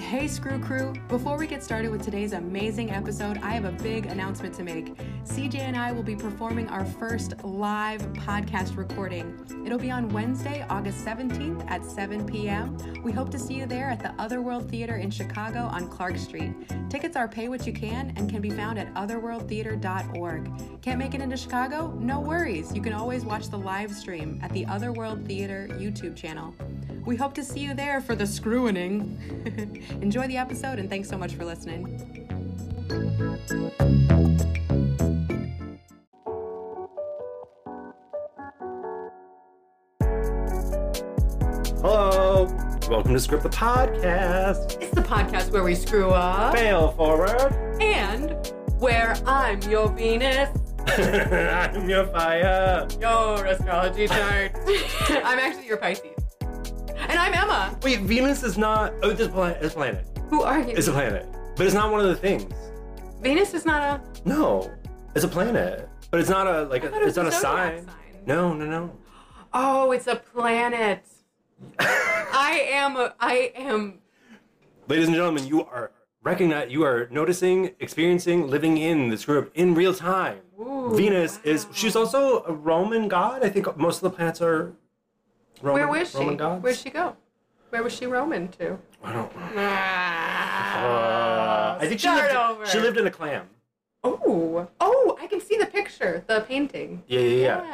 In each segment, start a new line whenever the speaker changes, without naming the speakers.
Hey, Screw Crew! Before we get started with today's amazing episode, I have a big announcement to make. CJ and I will be performing our first live podcast recording. It'll be on Wednesday, August 17th at 7 p.m. We hope to see you there at the Otherworld Theater in Chicago on Clark Street. Tickets are pay what you can and can be found at otherworldtheater.org. Can't make it into Chicago? No worries. You can always watch the live stream at the Otherworld Theater YouTube channel. We hope to see you there for the screwing. Enjoy the episode and thanks so much for listening.
Hello. Welcome to Script the Podcast.
It's the podcast where we screw up
Fail forward.
and where I'm your Venus,
I'm your fire.
your astrology chart. I'm actually your Pisces. And I'm Emma.
Wait, Venus is not. Oh, this planet. It's a planet.
Who are you?
It's a planet. But it's not one of the things.
Venus is not a.
No, it's a planet. But it's not a like.
I
A,
thought it
it's not a
was a zodiac
sign.
sign.
No, no, no.
Oh, it's a planet. I am. A, I am.
Ladies and gentlemen, you are recognize. You are noticing, experiencing, living in this group in real time.
Ooh,
Venus is. She's also a Roman god. I think most of the planets are. Roman,
Where was she?
Roman gods.
Where'd she go? Where was she roaming to?
I don't know.
Ah,
Uh, I think she
start
lived,
over.
she lived in a clam.
Oh, oh, I can see the picture, the painting.
Yeah, yeah, yeah.
Yes.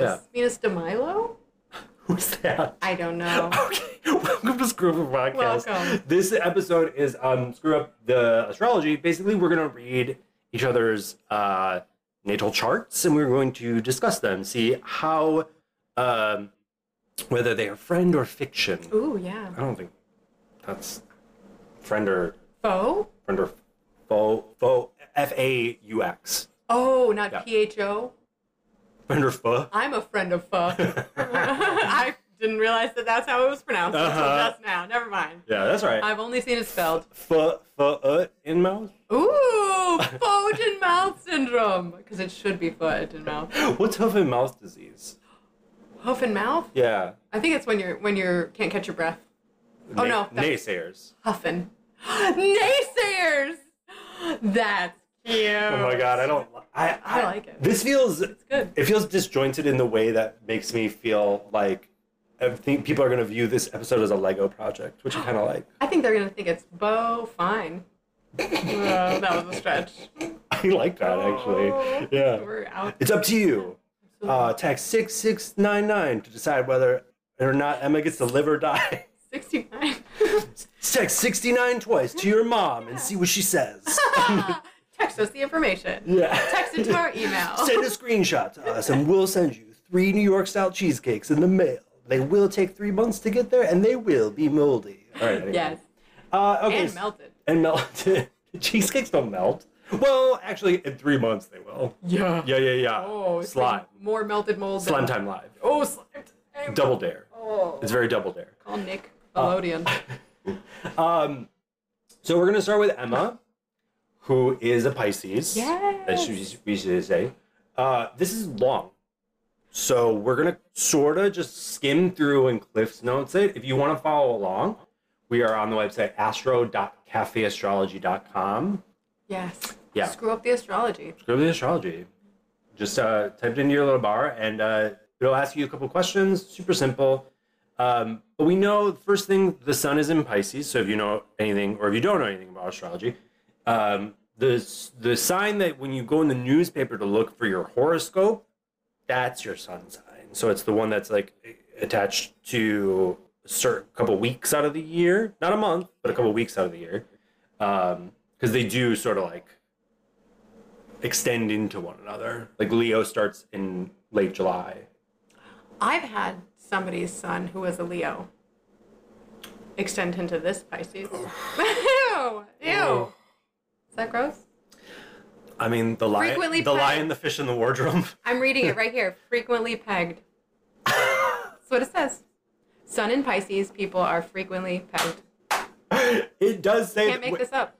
Yeah.
Venus de Milo?
Who's that?
I don't know.
Okay, welcome to Screw Up Podcast.
Welcome.
This episode is um, Screw Up the Astrology. Basically, we're going to read each other's uh, natal charts and we're going to discuss them, see how, um, whether they are friend or fiction.
Ooh, yeah.
I don't think that's friend or
Faux?
friend or foe, foe, F A U X.
Oh, not
Yeah.
P-H-O.
Friend or foe.
I'm a friend of pho. I didn't realize that that's how it was pronounced until
Uh-huh.
just now. Never mind.
Yeah, that's right.
I've only seen it spelled.
F uh in mouth?
Ooh, foot and mouth syndrome. Because it should be foot and mouth.
What's hoof and mouth disease?
Hoof and mouth?
Yeah.
I think it's when you're when you're can't catch your breath. Oh, no, that's-
Naysayers.
Huffin. Naysayers! That's cute.
Oh my god, I don't I,
I like it.
This feels
It's good.
it feels disjointed in the way that makes me feel like I think people are gonna view this episode as a Lego project, which I kinda like.
I think they're gonna think it's Bo Fine. Uh, that was a stretch.
I like that
Oh.
actually. Yeah.
We're out.
It's up to you. Uh, text six six nine nine to decide whether or not Emma gets to live or die.
69.
Text sixty nine twice to your mom and see what she says.
Text us the information.
Yeah.
Text it to our email.
Send a screenshot to us, and we'll send you three New York style cheesecakes in the mail. They will take three months to get there, and they will be moldy. All right. anyway.
Yes.
Uh, okay.
And
s-
melted.
And melted. cheesecakes don't melt. Well, actually, in three months they will.
Yeah.
Yeah, yeah, yeah.
Oh, it's
slime.
like more melted mold. than-
Slime time live.
Oh, slime. time.
Double dare.
Oh.
It's very double dare.
Call Nick
Uh,
Elodian.
Um, so we're gonna start with Emma, who is a Pisces. As we
Yes.
should- we should say. Uh, this is long. So we're going to sort of just skim through and Cliff's notes it. If you want to follow along, we are on the website astro.cafeastrology.com.
Yes.
Yeah.
Screw up the astrology.
Go to the astrology. Just uh, type it into your little bar and uh, it'll ask you a couple questions. Super simple. Um, but we know the first thing the sun is in Pisces. So if you know anything or if you don't know anything about astrology, um, the s- the sign that when you go in the newspaper to look for your horoscope, that's your sun sign. So it's the one that's like attached to a certain couple weeks out of the year, not a month, but a couple weeks out of the year, because they do sort of like extend into one another. Like Leo starts in late July.
I've had somebody's son who was a Leo extend into this Pisces. Ew! Ew! Is that gross?
I mean, the lion,
Frequently
the
pegged.
lion, the fish, and the wardrobe.
I'm reading it right here. Frequently pegged. That's what it says. Sun in Pisces people are frequently pegged.
It does say
Can't make this up.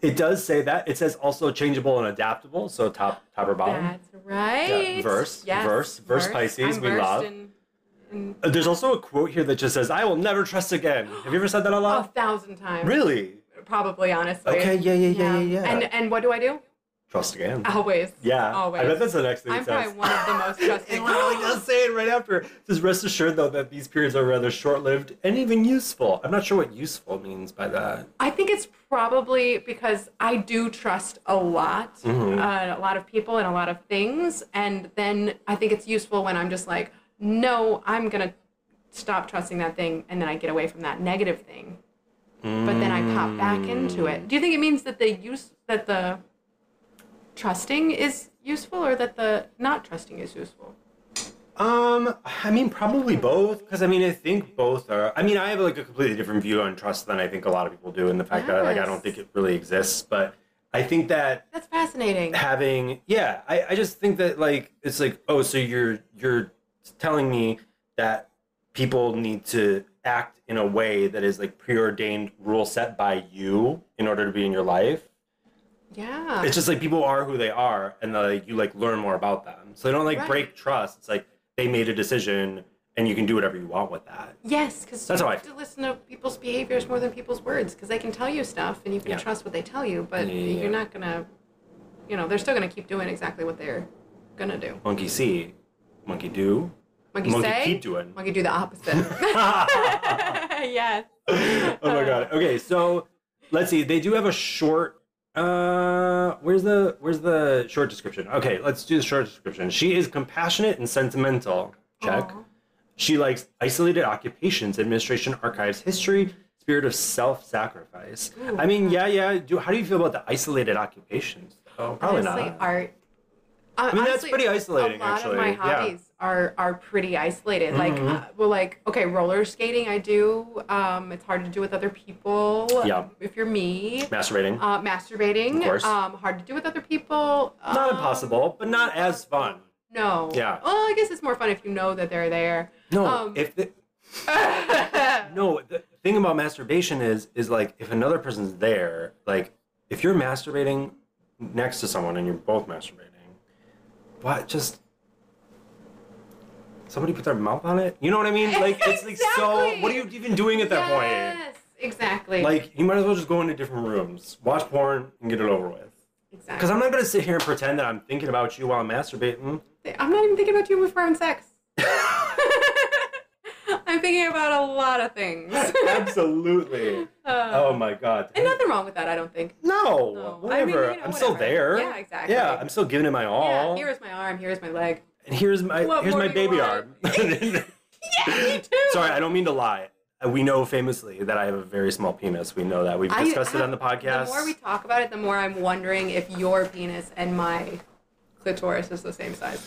it does say that. It says also changeable and adaptable. So top, top or bottom.
That's right.
Yeah, Um, verse,
Yes,
verse, verse Pisces,
I'm
we
versed
love.
in And
Uh, There's also a quote here that just says, "I will never trust again." Have you ever said that a
a
lot?
thousand times.
Really?
Probably, honestly.
Okay, yeah, yeah, yeah, yeah, yeah.
And and what do I do?
Trust again.
Always.
Yeah.
Oh. Always.
I bet that's the next thing
I'm
it says.
probably one of the most trusting.
it literally does say it right after. It says, "Rest assured, though, that these periods are rather short-lived and even useful." I'm not sure what "useful" means by that.
I think it's probably because I do trust a lot,
Mm-hmm.
uh, a lot of people and a lot of things. And then I think it's useful when I'm just like, no, I'm going to stop trusting that thing. And then I get away from that negative thing. But then I pop back
Mm.
into it. Do you think it means that the use, that the trusting is useful or that the not trusting is useful?
Um, I mean, probably both, because I mean, I think both are. I mean, I have like a completely different view on trust than I think a lot of people do, and the fact that like I
Yes.
don't think it really exists. But I think that
That's fascinating.
having yeah I, I just think that like it's like oh so you're you're telling me that people need to act in a way that is like preordained rule set by you in order to be in your life
Yeah.
it's just like people are who they are and like you like learn more about them so they don't like
Right.
break trust it's like they made a decision and you can do whatever you want with that
Yes, because
That's
you
how I
have to listen to people's behaviors more than people's words, because they can tell you stuff and you can
Yeah.
trust what they tell you, but
Yeah, yeah, yeah.
you're not gonna, you know, they're still gonna keep doing exactly what they're gonna do.
monkey see monkey do
Monkey,
Monkey
say,
keep doing.
Monkey do the opposite. yes.
oh my god. Okay, so let's see. They do have a short. Uh, where's the where's the short description? Okay, let's do the short description. She is compassionate and sentimental. Check.
Aw.
She likes isolated occupations, administration, archives, history, spirit of self-sacrifice. I mean, yeah, yeah. Do how do you feel about the isolated occupations? Oh, probably
honestly,
not.
art. uh,
mean, that's pretty isolating,
A lot
actually.
of my
Yeah. Mm-hmm.
hobbies are are pretty isolated. Like, uh, well, like okay, roller skating I do. Um, it's hard to do with other people.
Yeah.
If you're me.
Masturbating.
uh, masturbating.
Of course.
Um, hard to do with other people. Um,
not impossible, but not as fun.
No.
Yeah.
Well, I guess it's more fun if you know that they're there.
No,
Um,
if the, no, the thing about masturbation is is like if another person's there, like if you're masturbating next to someone and you're both masturbating, what just somebody put their mouth on it? You know what I mean? Like it's like so.
Exactly.
What are you even doing at that
yes. Exactly.
point? Like you might as well just go into different rooms, watch porn, and get it over with. Because
exactly.
I'm not gonna sit here and pretend that I'm thinking about you while I'm masturbating.
I'm, not even thinking about you before having sex. I'm thinking about a lot of things.
Absolutely. oh my god.
Uh. and nothing wrong with that, I don't think.
No,
No, I mean,
whatever. I
you know,
am still
whatever.
there.
Yeah, exactly.
Yeah, I'm still giving it my all.
Yeah, here is my arm. Here is my leg.
and here's my
What
here's
more
my
do you
baby
want?
arm.
Yeah, you too.
Sorry, I don't mean to lie. Uh, We know famously that I have a very small penis. We know that. We've
I-
discussed it
I-
on the podcast.
The more we talk about it, the more I'm wondering if your penis and my clitoris is the same size.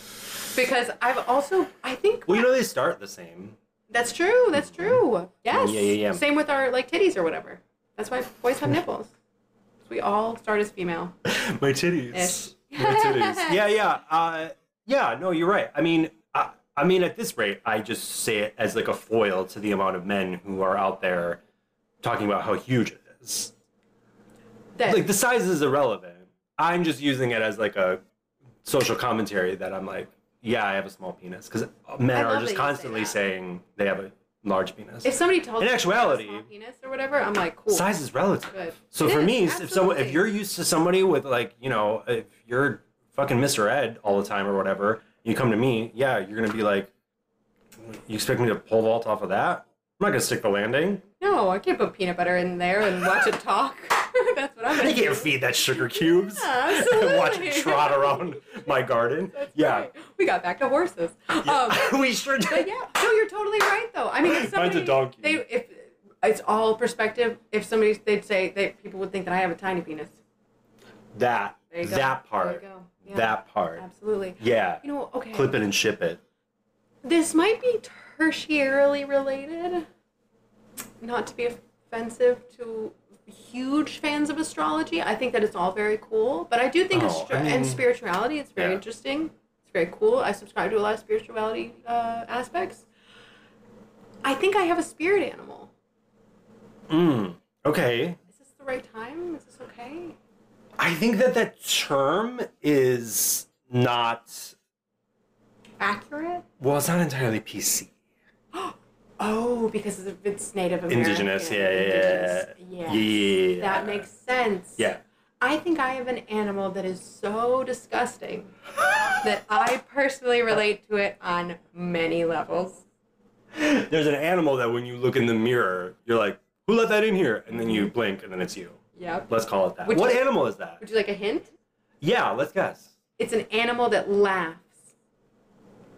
Because I've also, I think
well, you know they start the same.
that's true. That's true. Yes.
Yeah, yeah, yeah.
Same with our like titties or whatever. That's why boys have nipples. 'Cause We all start as female.
My titties.
Ish.
My titties. yeah, yeah. Uh, yeah, no, you're right. I mean, I, I mean at this rate, I just say it as like a foil to the amount of men who are out there talking about how huge it is.
That,
like the size is irrelevant. I'm just using it as like a social commentary that I'm like, yeah, I have a small penis because men
I love that
are
you
just
say
constantly
that.
saying they have a large penis.
if somebody tells
in
me I have a
actuality-
small penis or whatever, I'm like, cool.
size is relative.
Good.
So
It
for
is,
me, if someone if
absolutely.
you're used to somebody with like you know if you're fucking Mr. Ed all the time or whatever, you come to me, yeah, you're gonna be like, you expect me to pole vault off of that? I'm not gonna stick the landing.
No, I can't put peanut butter in there and watch it talk. that's what I'm
I
gonna do.
can't feed that sugar cubes
Yeah,
and watch
absolutely.
it trot around my garden.
That's
yeah.
right. We got back to horses. Um,
we sure
But yeah, no, you're totally right though. I mean, if
Mine's a
somebody,
donkey.
They, if it's all perspective, if somebody they'd say that people would think that I have a tiny penis.
That
There you go.
that
There you
part.
go. Yeah.
That part.
Absolutely.
Yeah.
You know, okay.
Clip it and ship it.
This might be tertiarily related. Not to be offensive to huge fans of astrology, I think that it's all very cool. But I do think
Oh,
astro-
I mean-
and spirituality, it's very
Yeah.
interesting. It's very cool. I subscribe to a lot of spirituality uh, aspects. I think I have a spirit animal.
Mm. Okay.
Is this the right time? Is this okay?
I think that that term is not
Accurate?
well. It's not entirely PC.
Oh, because of it's Native American.
Indigenous, yeah, yeah, yeah,
indigenous. Yes.
yeah. yeah.
That makes sense.
Yeah.
I think I have an animal that is so disgusting that I personally relate to it on many levels.
There's an animal that when you look in the mirror, you're like, who let that in here? And then you
Mm-hmm.
blink and then it's you.
Yep.
Let's call it that.
Would
what
you-
animal is that?
Would you like a hint?
Yeah, let's guess.
It's an animal that laughs.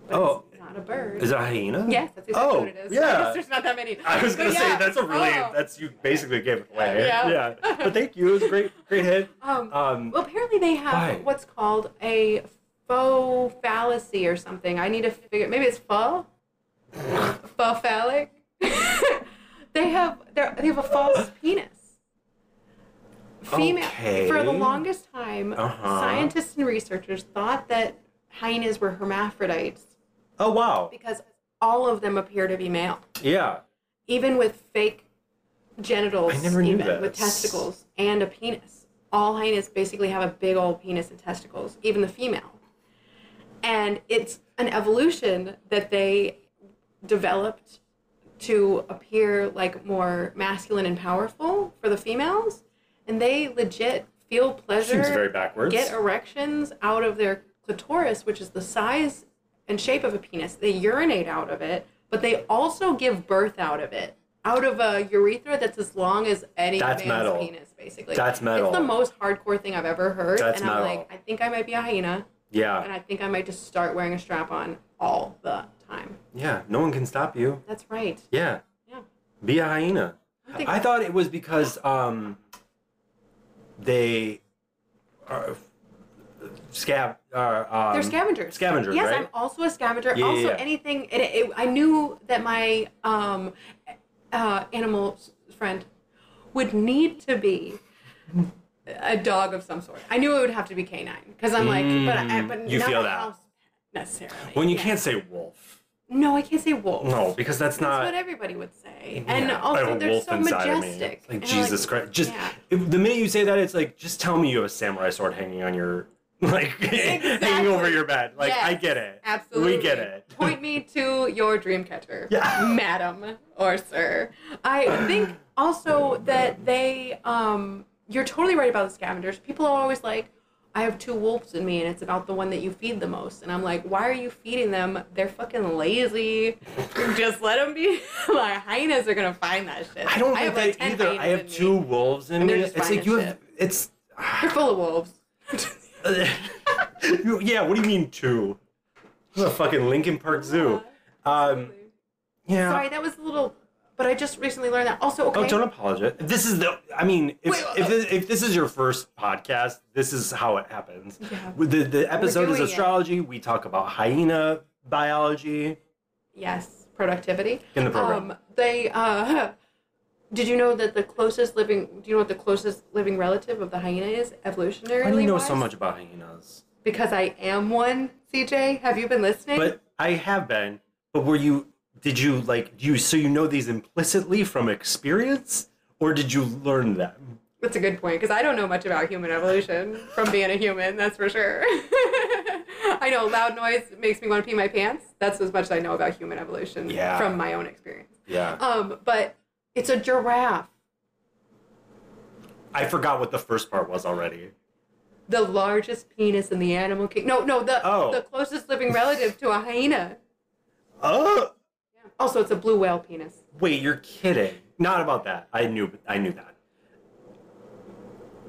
But
Oh.
It's not a bird.
Is it a hyena?
Yes, that's exactly
Oh,
what it is. I
yeah.
guess there's not that many.
I was
But
gonna
yeah.
say that's a really
Oh.
that's you basically gave it away.
Yeah.
But thank you. It was a great great hit.
Um,
Um
Well, apparently they have
Why?
what's called a faux fallacy or something. I need to figure. Maybe it's faux,
oh,
faux phallic. they have they're- they have a false penis. Female for the
Okay.
longest time,
Uh-huh.
scientists and researchers thought that hyenas were hermaphrodites
oh wow.
because all of them appear to be male,
Yeah.
even with fake genitals.
I never knew
even, With
this.
testicles and a penis. All hyenas basically have a big old penis and testicles, even the female. And it's an evolution that they developed to appear like more masculine and powerful for the females. And they legit feel pleasure
Seems very backwards.
get erections out of their clitoris, which is the size and shape of a penis. They urinate out of it, but they also give birth out of it, out of a urethra that's as long as any
That's
man's
metal.
penis, basically.
That's metal.
It's the most hardcore thing I've ever heard,
That's
and I'm
metal.
like, I think I might be a hyena, and
yeah.
I think I might just start wearing a strap on all the time.
Yeah. No one can stop you.
That's right.
Yeah.
Yeah.
Be a hyena.
I think-
I thought it was because um they are scab are um,
They're scavengers.
Scavengers,
Yes,
right?
I'm also a scavenger.
Yeah, yeah,
also,
yeah.
anything. It, it, I knew that my um, uh, animal s- friend would need to be a dog of some sort. I knew it would have to be canine because I'm like, but I,
Mm,
but
you
not
feel
a
that.
house necessarily.
when you
Yeah.
can't say wolf.
No, I can't say wolf.
No, because that's
That's
not
what everybody would say, and
Yeah, I
also
have a
they're
wolf
so
inside of me.
majestic.
Like
And I'm
Jesus Christ! Just
yeah.
if- the minute you say that, it's like just tell me you have a samurai sword hanging on your like hanging over
Exactly.
your bed. Like I
Yes,
get it.
Absolutely.
we get it.
Point me to your dream catcher,
Yeah.
madam or sir. I think also that they, um, you're totally right about the scavengers. People are always like, I have two wolves in me, and it's about the one that you feed the most. And I'm like, why are you feeding them? They're fucking lazy. Just let them be. like hyenas are gonna find that shit.
I don't
have like
like that
10
either. I
hyenas
have
in me.
two wolves in
And they're
me.
just
It's
fine
like
as
you have. It's
They're full of wolves.
You- yeah. What do you mean two? This is a fucking Lincoln Park Zoo. Um, yeah.
Uh-huh. Sorry, that was a little. But I just recently learned that. Also, okay.
Oh, don't apologize. This is the. I mean, if
Wait,
if, this, if this is your first podcast, this is how it happens.
Yeah.
With The the episode is
doing it.
astrology. We talk about hyena biology.
Yes, productivity.
In the program.
Um, they uh did you know that the closest living do you know what the closest living relative of the hyena is evolutionarily?
I do you know so
wise?
much about hyenas?
Because I am one, CJ. Have you been listening?
But I have been. But were you? Did you like? Do you so you know these implicitly from experience, or did you learn them?
That's a good point because I don't know much about human evolution from being a human, that's for sure. I know loud noise makes me want to pee my pants. That's as much as I know about human evolution
Yeah.
from my own experience.
Yeah.
Um, but it's a giraffe.
I forgot what the first part was already.
the largest penis in the animal kingdom. No, no, the
Oh.
the closest living relative to a hyena.
Oh.
Also, it's a blue whale penis.
Wait, you're kidding. Not about that. I knew I knew that.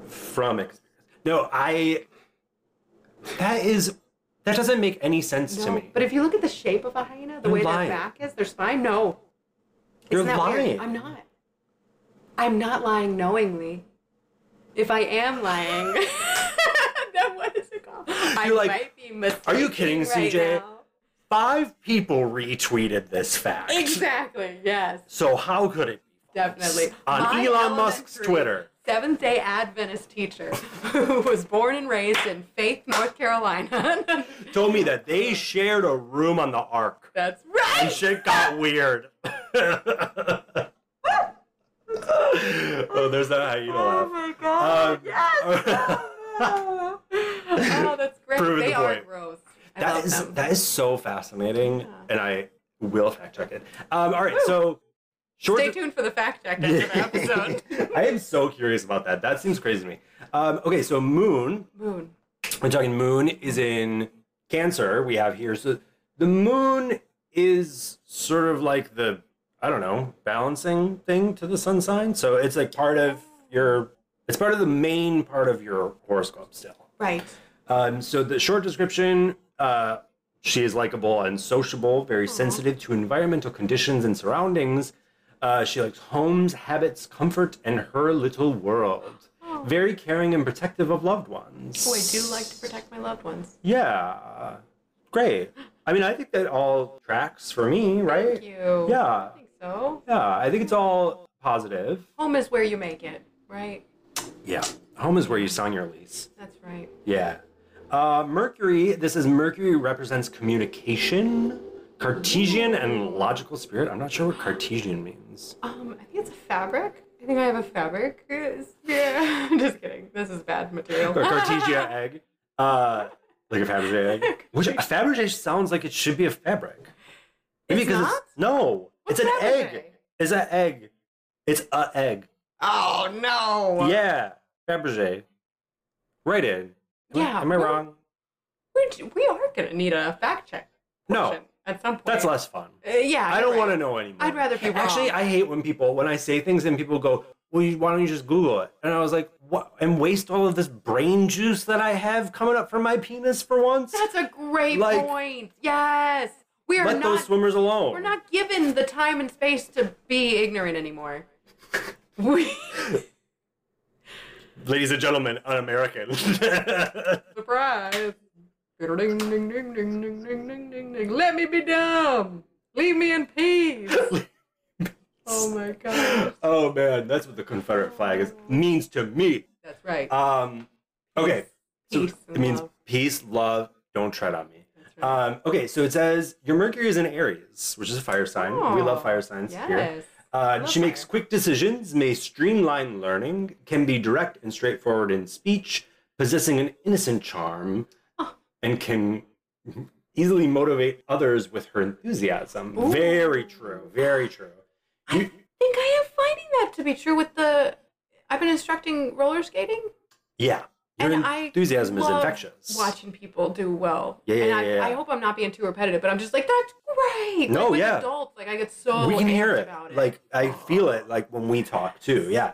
From experience. No, I that is that doesn't make any sense to
No,
me.
But if you look at the shape of a hyena, the
You're
way
lying.
their back is, their spine, no.
You're
Isn't that weird?
lying.
I'm not. I'm not lying knowingly. If I am lying, then what is it called? I
You're like,
might be mistaken.
"Are you kidding,
right
CJ?"
now.
Five people retweeted this fact.
Exactly. Yes.
So how could it be?
Definitely.
On
My
Elon Musk's
elementary
Twitter.
Seventh day Adventist teacher who was born and raised in Faith, North Carolina.
Told me that they shared a room on the ark.
That's
And
right.
shit got weird. oh, there's that hyena
Oh
laugh.
my god.
Um,
yes. oh, no. Oh, that's great.
Proven
they
the
are
point.
gross. I
That
love
is
them.
that is so fascinating, and I will fact check it. Um, all right, so short.
Stay tuned for the fact check after the episode.
I am so curious about that. That seems crazy to me. Um, okay, so moon.
Moon.
We're talking moon is in Cancer. We have here. So the moon is sort of like the I don't know balancing thing to the sun sign. So it's like part of your. It's part of the main part of your horoscope still.
Right.
Um, so the short description: uh, she is likable and sociable, very sensitive to environmental conditions and surroundings. Uh, she likes homes, habits, comfort, and her little world. Very caring and protective of loved ones.
Oh, I do like to protect my loved ones.
Yeah, great. I mean, I think that all tracks for me, right?
Thank you.
Yeah,
I think so.
yeah. I think it's all positive.
Home is where you make it, right?
Yeah, home is where you sign your lease.
That's right.
Yeah. Uh, Mercury, this is Mercury represents communication, Cartesian, and logical spirit. I'm not sure what Cartesian means.
Um, I think it's a fabric. I think I have a fabric. Yeah. Just kidding. This is bad material.
Or Cartesia egg. Uh, like a Fabergé egg. Which a Fabergé sounds like it should be a fabric.
It's not?
no,
What's
it's an
Fabergé?
egg. It's an egg. It's a egg.
Oh no.
Yeah, Fabergé. Right in. Am I-
Yeah,
Am I
well-
wrong?
We're, j- we are gonna need a fact check.
No.
question At some point.
Oh, That's less fun.
Uh, yeah.
I don't want to know anymore.
I'd rather be wrong.
Actually, I hate when people when I say things and people go, "Well, you, why don't you just Google it?" And I was like, "What?" And waste all of this brain juice that I have coming up from my penis for once.
That's a great
Like-
point. Yes. We are
Let
not.
those swimmers alone.
we're not given the time and space to be ignorant anymore. We.
Ladies and gentlemen, un-American.
Surprise! Ding, ding, ding, ding, ding, ding, ding, ding, ding. Let me be dumb. Leave me in peace. oh my god.
oh man, that's what the Confederate flag is means to me.
That's right.
Um, okay, so
Peace and
it means
love.
peace, love. Don't tread on me.
That's right.
Um, okay, so it says your Mercury is in Aries, which is a fire sign. we love
Oh,
fire signs here.
yes.
Uh,
love
she makes
fire.
quick decisions, may streamline learning, can be direct and straightforward in speech, possessing an innocent charm, and can easily motivate others with her enthusiasm.
Ooh.
Very true. Very true. You,
I think I am finding that to be true with the. I've been instructing roller skating,
yeah. Your
and I
enthusiasm is
love
infectious.
Watching people do well,
Yeah, yeah,
and I,
yeah, yeah.
I hope I'm not being too repetitive, but I'm just like, that's great.
No,
like, with
yeah.
adults, like I get so
we can
amped
hear it.
About it.
Like I feel it. Like when we talk too. Yeah.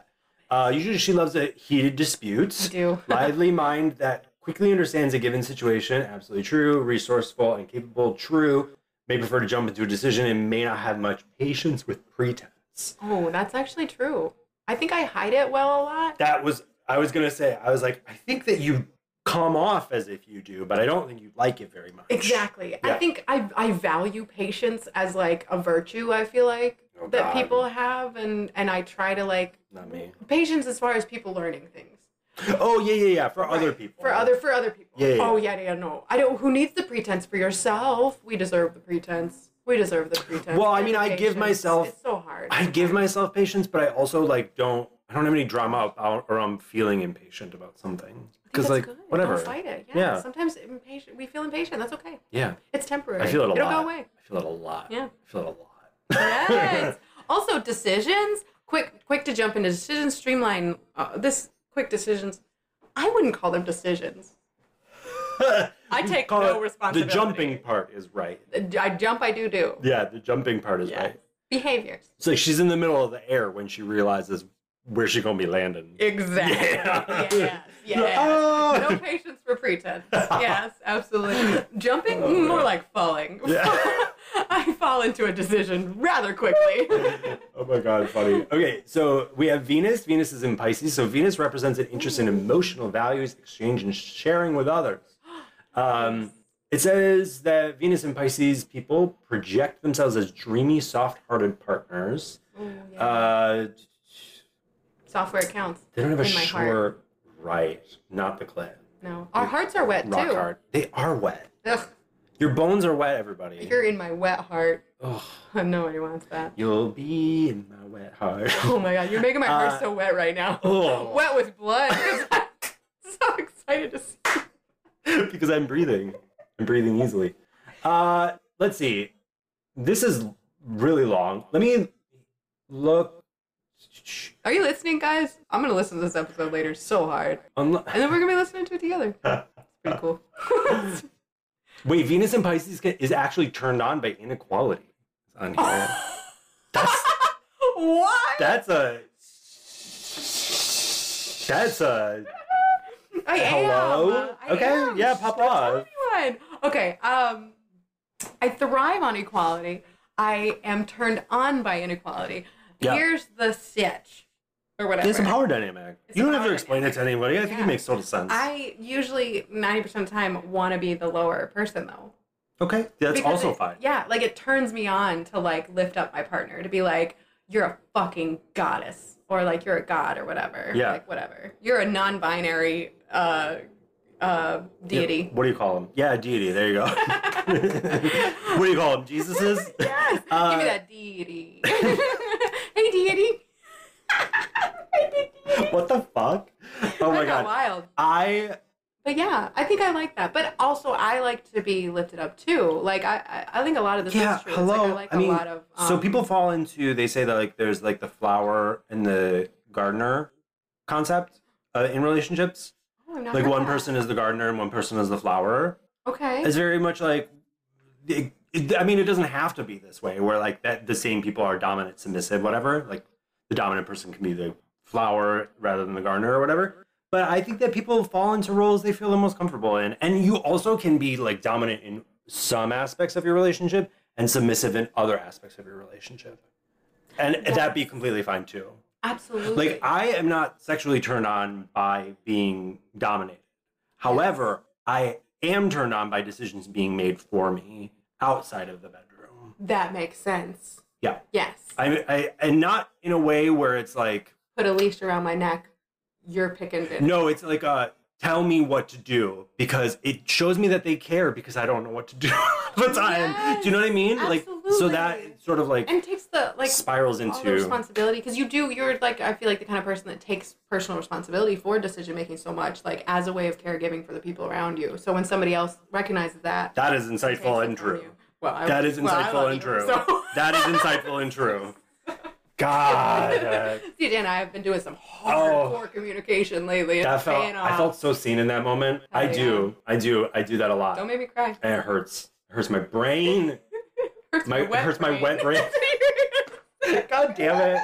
Uh, usually she loves a heated dispute.
I do.
Lively mind that quickly understands a given situation. Absolutely true. Resourceful and capable. True. May prefer to jump into a decision and may not have much patience with pretense.
Oh, that's actually true. I think I hide it well a lot.
That was. I was gonna say. I was like. I think that you come off as if you do, but I don't think you like it very much.
Exactly. I
Yeah.
think I I value patience as like a virtue. I feel like
Oh,
that
God.
people have, and and I try to like
Not me.
patience as far as people learning things
Oh yeah, yeah, yeah. For other people.
for other for other people.
Yeah, yeah,
Oh yeah, yeah. No, I don't. Who needs the pretense for yourself? We deserve the pretense. We deserve the pretense.
Well, I mean,
And
I
the
give
patience.
myself-
It's so hard.
I give myself patience, but I also like don't. I don't have any drama about or I'm feeling impatient about something. Because
That's
like
good.
whatever.
Don't fight it. Yeah.
Yeah.
Sometimes impatient. We feel impatient. That's okay.
Yeah,
It's temporary.
I feel it a
It'll
lot.
go away.
I feel it a lot.
Yeah.
I feel it a lot.
Yes. also, decisions. Quick, quick to jump into decisions. Streamline uh, this. Quick decisions. I wouldn't call them decisions. I take
Call it-
no responsibility.
The jumping part is right.
I jump. I do do.
Yeah, the jumping part is
Yeah.
right.
Behaviors.
It's like she's in the middle of the air when she realizes where she's gonna be landing.
Exactly.
Yeah.
Yes. Yes.
Oh!
No patience for pretense. Yes, absolutely. Jumping,
Oh,
more
man.
like falling.
Yeah.
I fall into a decision rather quickly.
Oh my god, funny. Okay, so we have Venus. Venus is in Pisces. So Venus represents an interest in emotional values, exchange, and sharing with others. Um, it says that Venus and Pisces people project themselves as dreamy, soft hearted partners. Uh,
Software counts.
they don't have a
In my heart.
sure right, not the clay.
No, our hearts are wet
Rock
too.
hard. They are wet.
Ugh,
Your bones are wet, everybody.
you're in my wet heart.
Ugh,
Nobody wants that.
you'll be in my wet heart.
Oh my god, you're making my
Uh,
heart so wet right now.
oh.
Wet with blood. so excited to see. you.
because I'm breathing. I'm breathing easily. Uh, let's see. This is really long. Let me look.
Are you listening, guys? I'm gonna listen to this episode later so hard,
Unlo-
and then we're gonna be listening to it together. It's pretty cool.
Wait, Venus and Pisces ca- is actually turned on by inequality. It's on here.
Oh.
that's
what?
that's a that's a
I am. uh,
hello.
I
okay,
am.
yeah, pop
Don't tell
off.
anyone. Okay. Um, I thrive on equality. I am turned on by inequality.
Yeah.
Here's the stitch, or whatever.
It's a power dynamic.
It's
you
a
don't have
power
to explain it to anybody. I think
Yeah.
it makes total sense.
I usually ninety percent of the time want to be the lower person though.
okay, that's
Because
also
it-
fine.
Yeah, like it turns me on to like lift up my partner to be like, you're a fucking goddess, or like you're a god, or whatever.
Yeah.
like whatever. You're a non-binary uh, uh, deity.
What do you call them? Yeah, deity. There you go. what do you call them? Jesuses?
Yes, give
Uh,
me that deity. hey deity. hey deity.
What the fuck? Oh my
I got
god.
wild.
I
But yeah, I think I like that. But also, I like to be lifted up too. Like I, I, I think a lot of this
yeah.
is true. It's
Hello.
Like, I like
I
a
mean,
lot of. Um,
so people fall into they say that like there's like the flower and the gardener concept uh, in relationships.
Oh, I've not
Like
heard
one
that.
person is the gardener and one person is the flower.
Okay.
It's very much like. It, it- I mean, it doesn't have to be this way. Where like that, the same people are dominant, submissive, whatever. Like the dominant person can be the flower rather than the gardener or whatever. But I think that people fall into roles they feel the most comfortable in, and you also can be like dominant in some aspects of your relationship and submissive in other aspects of your relationship, and that'd be completely fine too.
Absolutely.
Like I am not sexually turned on by being dominated. However, I am turned on by decisions being made for me outside of the bedroom.
that makes sense.
Yeah.
Yes.
I, I and not in a way where it's like
Put a leash around my neck. You're picking it.
no, it's like uh tell me what to do because it shows me that they care because I don't know what to do all the time. do you know what I mean? Like so
absolutely.
that sort of like,
And it takes the like
spirals
all the
into
responsibility because you do. You're like I feel like the kind of person that takes personal responsibility for decision making so much, like as a way of caregiving for the people around you. So when somebody else recognizes that,
that is
it takes
insightful
it
and
from
true.
you. Well, I,
That is
well, I
insightful
love
and
you,
true.
So.
That is insightful and true. God. uh,
Dude, and I have been doing some hardcore communication lately. It's
That felt,
paying
I
off. Oh,
felt so seen in that moment. I
yeah.
do. I do. I do that a lot.
Don't make me cry.
and it hurts. It hurts my brain.
Hurts
My-
my, wet
hurts my
brain.
wet brain. God damn it.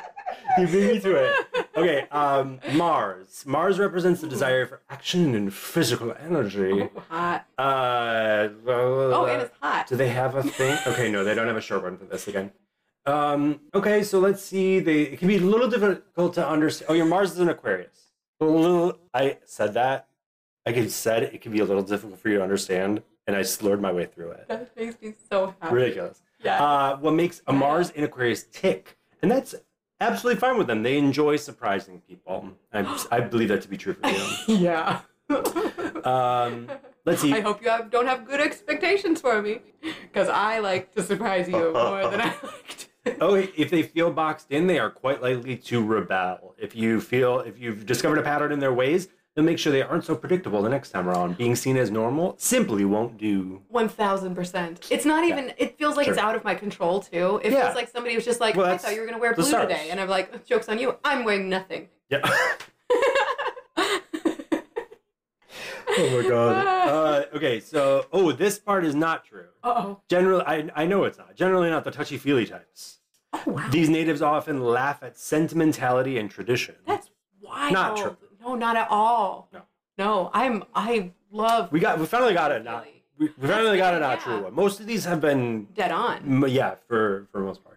You beat me to it. Okay, um, Mars. Mars represents the desire for action and physical energy.
hot.
Uh,
Oh, and it's hot.
Do they have a thing? Okay, no, they don't have a short one for this again. Um, okay, so let's see. They it can be a little difficult to understand. Oh, your Mars is an Aquarius. A little- I said that. I could said it can be a little difficult for you to understand, and I slurred my way through it.
That makes me so happy.
Ridiculous.
Yeah.
Uh, what makes a Mars in Aquarius tick, and that's absolutely fine with them. They enjoy surprising people. I, I believe that to be true for you.
yeah.
Um, let's see.
I hope you have, don't have good expectations for me, because I like to surprise you more than I like to.
Oh, if they feel boxed in, they are quite likely to rebel. If you feel if you've discovered a pattern in their ways, then make sure they aren't so predictable the next time around. Being seen as normal simply won't do.
One thousand percent. It's not even. It feels like it's
Sure.
out of my control too. It
Yeah.
feels like somebody was just like,
Well,
"I
that's
thought you were gonna wear
the
blue
stars.
today," and I'm like, "Jokes on you. I'm wearing nothing."
Yeah. oh my god. Uh, okay, so oh, this part is not true.
Oh.
Generally, I, I know it's not. Generally, not the touchy feely types.
Oh wow.
These natives often laugh at sentimentality and tradition.
That's wild.
Not true.
No, not at all.
No.
No, I'm. I love
We got we finally got it not we we finally got it not
Yeah.
true one. Most of these have been
dead on.
M- yeah, for for the most part.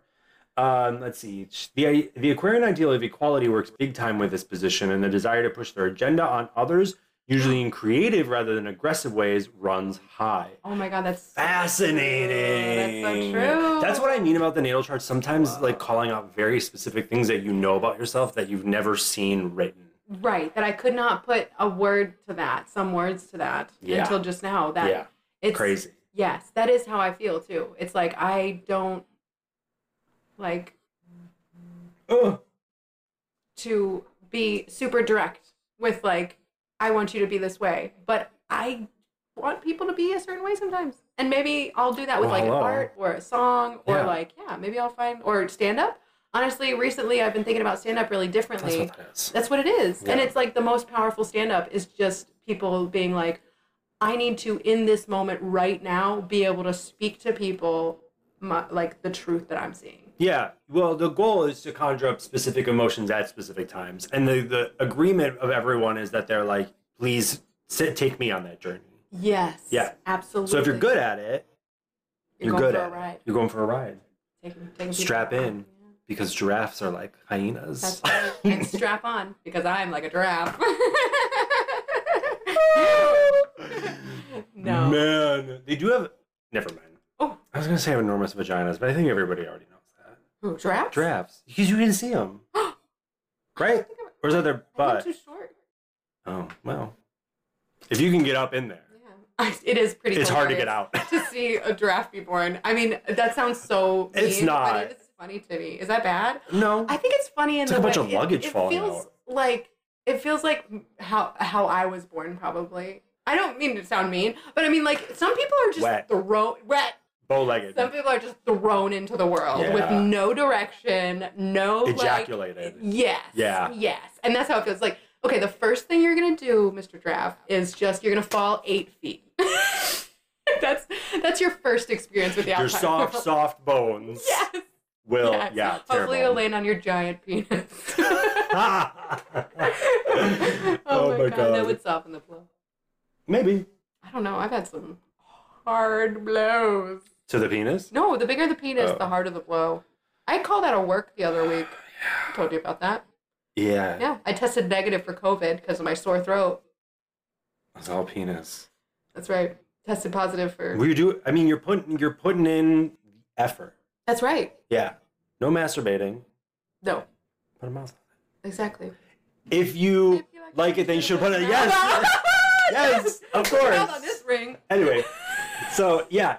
Um, let's see. The the Aquarian ideal of equality works big time with this position, and the desire to push their agenda on others, usually in creative rather than aggressive ways, runs high.
Oh my god, that's
Fascinating.
That's so true.
That's what I mean about the natal chart. Sometimes, like calling out very specific things that you know about yourself that you've never seen written.
right that I could not put a word to that, some words to that
Yeah.
until just now. That
Yeah.
it's
Crazy.
Yes, that is how I feel too. It's like I don't like
Oh,
to be super direct with like I want you to be this way, but I want people to be a certain way sometimes, And maybe I'll do that with
Well,
like
hello.
art or a song or
Yeah.
like, yeah, maybe I'll find, or stand up. Honestly, recently I've been thinking about stand up really
That's
differently.
what that is.
That's what it is. And
Yeah.
it's like the most powerful stand up is just people being like, I need to, in this moment right now, be able to speak to people my, like the truth that I'm seeing.
Yeah. Well, the goal is to conjure up specific emotions at specific times. And the, the agreement of everyone is that they're like, please sit, take me on that journey.
Yes.
Yeah.
Absolutely.
So if you're good at it, you're,
going
good
for
at
a ride.
it. You're going for a ride
Taking, taking people
Strap
on.
in. because giraffes are like hyenas.
That's right. and strap on because I'm like a giraffe. no.
Man, they do have. Never mind.
Oh.
I was gonna say have enormous vaginas, but I think everybody already knows that.
Who, giraffe?
Giraffes, because you can see them, right? Or is that their
I'm
butt?
too short.
Oh well, if you can get up in there,
Yeah. It is pretty
it's hard to get
hilarious.
out.
to see a giraffe be born. I mean, that sounds so. Mean,
It's not.
But it's funny to me. Is that bad?
no,
I think it's funny in
It's
the
like a bunch
way-
of luggage
it, it
falling
feels
out.
Like it feels like how how I was born probably. I don't mean to sound mean, but I mean like some people are just
Wet.
thrown wet.
bow-legged,
Some people are just thrown into the world
Yeah.
with no direction, no like
ejaculated.
Yes.
Yeah.
Yes. And that's how it feels. Like, okay, the first thing you're gonna do, Mr. Draft, is just you're gonna fall eight feet. that's that's your first experience with the
Your
outside
soft,
world.
soft bones
Yes.
will,
yes.
yeah,
Hopefully you'll
terrible.
land on your giant penis.
oh, my god,
that would soften the blow.
maybe
I don't know. I've had some hard blows.
to the penis.
No, the bigger the penis,
Oh.
the harder the blow. I called that a work the other week. I told you about that.
Yeah,
Yeah, I tested negative for COVID because of my sore throat.
it's all penis.
That's right. Tested positive for.
We do. I mean, you're putting you're putting in effort.
That's right.
Yeah. No masturbating.
No,
Put a mouth. on
exactly.
it. If you like it, then you should put it. Yes. Yes. Of
Count on
course.
this ring.
Anyway, so yeah,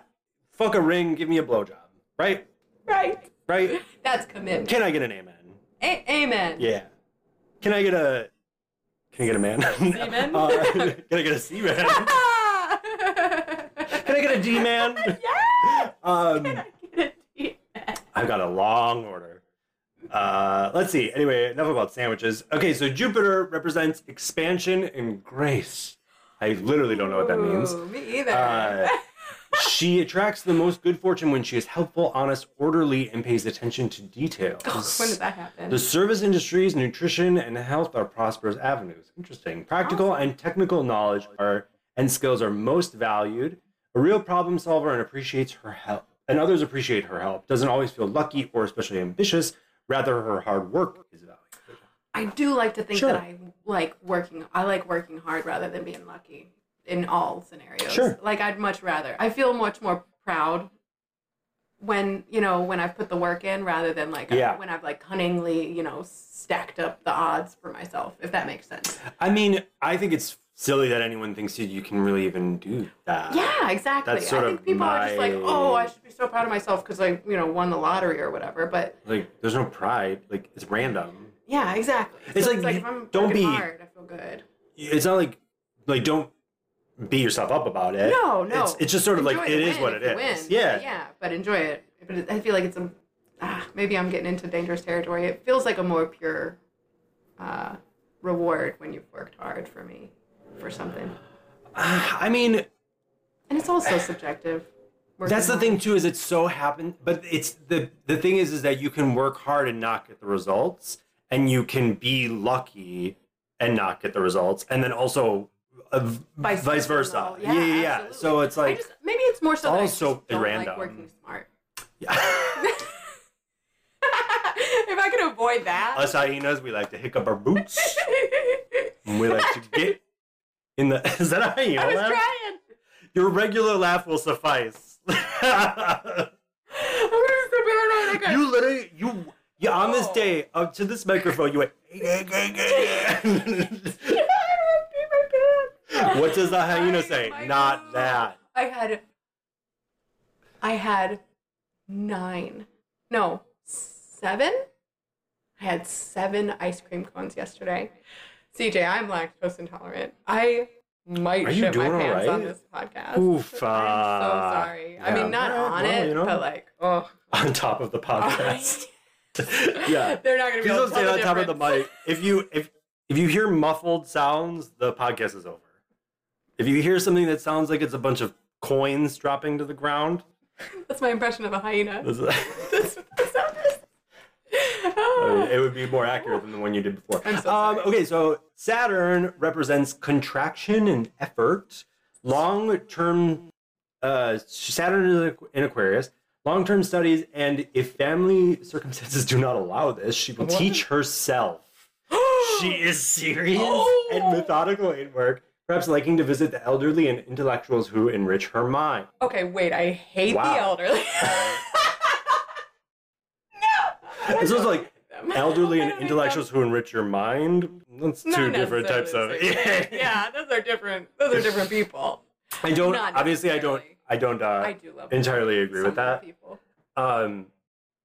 fuck a ring, give me a blowjob. Right.
Right.
Right.
That's commitment.
Can I get an amen?
A- amen.
Yeah. Can I get a? Can I get a man?
Seaman?
Uh, can I get a seaman? Can I get a D man?
Yes!
Um,
Get it? Yeah.
I've got a long order. Uh, let's see. Anyway, enough about sandwiches. Okay, so Jupiter represents expansion and grace. I literally don't know what that means.
Ooh, Me either.
Uh, she attracts the most good fortune when she is helpful, honest, orderly, and pays attention to details.
Oh, when did that happen?
The service industries, nutrition, and health are prosperous avenues. Interesting. Practical and technical knowledge are and skills are most valued. A real problem solver and appreciates her help. And others appreciate her help. Doesn't always feel lucky or especially ambitious. Rather, her hard work is valued.
I do like to think
Sure.
that I like working. I like working hard rather than being lucky in all scenarios.
Sure.
Like I'd much rather. I feel much more proud when you know when I've put the work in rather than like
Yeah.
when I've like cunningly you know stacked up the odds for myself. If that makes sense.
I mean, I think it's silly that anyone thinks that you can really even do that.
yeah, exactly.
that's sort
I think
of
people are just like,
my-
oh, I should be so proud of myself because I you know won the lottery or whatever. But
Like, there's no pride. Like, it's random.
yeah, exactly. So
It's like you-
if I'm
don't
working
be-
hard. I feel good.
It's not like, like, don't beat yourself up about it.
No, no.
It's, it's just sort of like,
Enjoy
it
the
is
win
what
if
it
you
is.
win.
Yeah.
yeah, but enjoy it. But it- I feel like it's a ah, maybe I'm getting into dangerous territory. It feels like a more pure uh, reward when you've worked hard for me for something,
Ah, I mean,
and it's also subjective. Working
that's the
hard.
thing too. Is it so happened? But it's the the thing is, is that you can work hard and not get the results, and you can be lucky and not get the results, and then also uh, v- vice, versa.
Yeah,
yeah, yeah.
absolutely.
So it's
I
like,
just- maybe it's more so that I just
also
don't
random.
like working smart.
yeah.
if I could avoid that,
us hyenas, we like to hiccup our boots. and we like to get in the. Is that a hyena
I was
laugh?
trying.
Your regular laugh will suffice.
I'm gonna be so paranoid. I got-
You literally you you on this
Oh.
day up to this microphone you went. what does the hyena
I
say?
might
Not
move.
that.
I had I had nine. No, seven? I had seven ice cream cones yesterday. CJ, I'm lactose intolerant. I might
Are
shit
you
my
doing all
pants on
right?
this podcast.
Oof,
I'm so
uh,
sorry. I
yeah.
mean, not
All right,
on
well,
it,
you know.
but like, oh,
on top of the podcast. yeah.
they're not gonna
Please
be able
don't
to
stand
tell
on
the
top of the
difference.
mic. If you if if you hear muffled sounds, the podcast is over. If you hear something that sounds like it's a bunch of coins dropping to the ground,
That's my impression of a hyena.
this is-
That's what the sound is.
it would be more accurate than the one you did before.
I'm so
um,
sorry.
okay, so Saturn represents contraction and effort. Long term, uh, Saturn is in Aquarius. Long term studies, and if family circumstances do not allow this, she will
What?
teach herself. she is serious and
Oh.
methodical in work, perhaps liking to visit the elderly and intellectuals who enrich her mind.
Okay, wait. I hate
Wow.
the elderly. no.
This was like
Them.
elderly
I
and
don't think
intellectuals who enrich your mind. That's
that's-
two
not
different types of.
necessarily the same thing. yeah, those are different. Those are different people.
I don't.
Not
Obviously, I don't.
necessarily.
I don't. Uh,
I do love
entirely agree
some
with that.
People.
Um,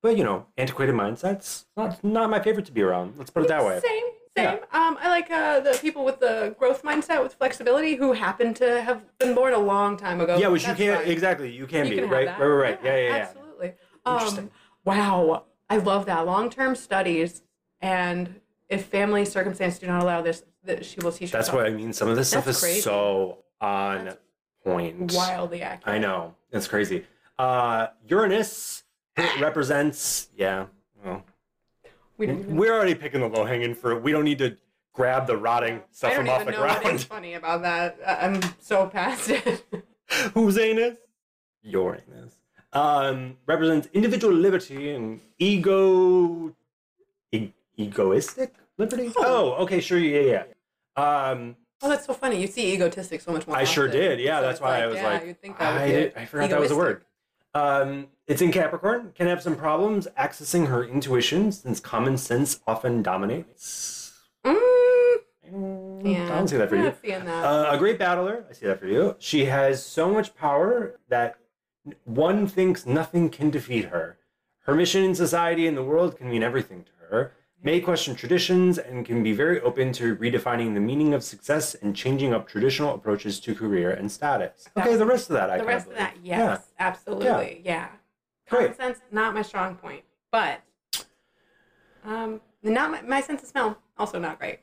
but you know, antiquated mindsets not not my favorite to be around. Let's put it that way.
Same, same. Um, I like uh, the people with the growth mindset, with flexibility, who happen to have been born a long time ago.
Yeah, which you
That's
can't
fine.
exactly. You can
You
be
can have
right,
that.
right, right, right. Yeah, yeah, yeah.
Absolutely.
Interesting.
Um, wow, I love that. Long-term studies, and if family circumstances do not allow this, that she will teach.
That's
herself.
what I mean. Some of this stuff
That's
is
crazy.
so on point.
Wildly accurate.
I know it's crazy. Uh, Uranus it represents. Yeah, well,
We didn't even,
we're already picking the low hanging fruit. We don't need to grab the rotting stuff
I don't
from off
even
the
know what is
ground.
funny about that. I- I'm so past it.
Whose anus? Your anus. Um, represents individual liberty and ego, e- egoistic liberty. Oh, okay, sure, yeah, yeah. Um,
Oh, that's so funny. You see egotistic so much more.
I sure
often.
did. Yeah,
So
that's
it's
why I was
yeah,
like,
you'd think that would
I,
be
did, I forgot that was a
egoistic.
word. Um, it's in Capricorn. Can have some problems accessing her intuition since common sense often dominates.
Mm,
Mm,
yeah.
I don't see that for
I'm
you.
Not seeing that.
Uh, a great battler. I see that for you. She has so much power that one thinks nothing can defeat her. Her mission in society and the world can mean everything to her. May question traditions and can be very open to redefining the meaning of success and changing up traditional approaches to career and status. Okay, the rest of that I
the
can
rest of
believe.
that, yes, absolutely, yeah. Common
Great.
sense, not my strong point, but um, not my, my sense of smell, also not great.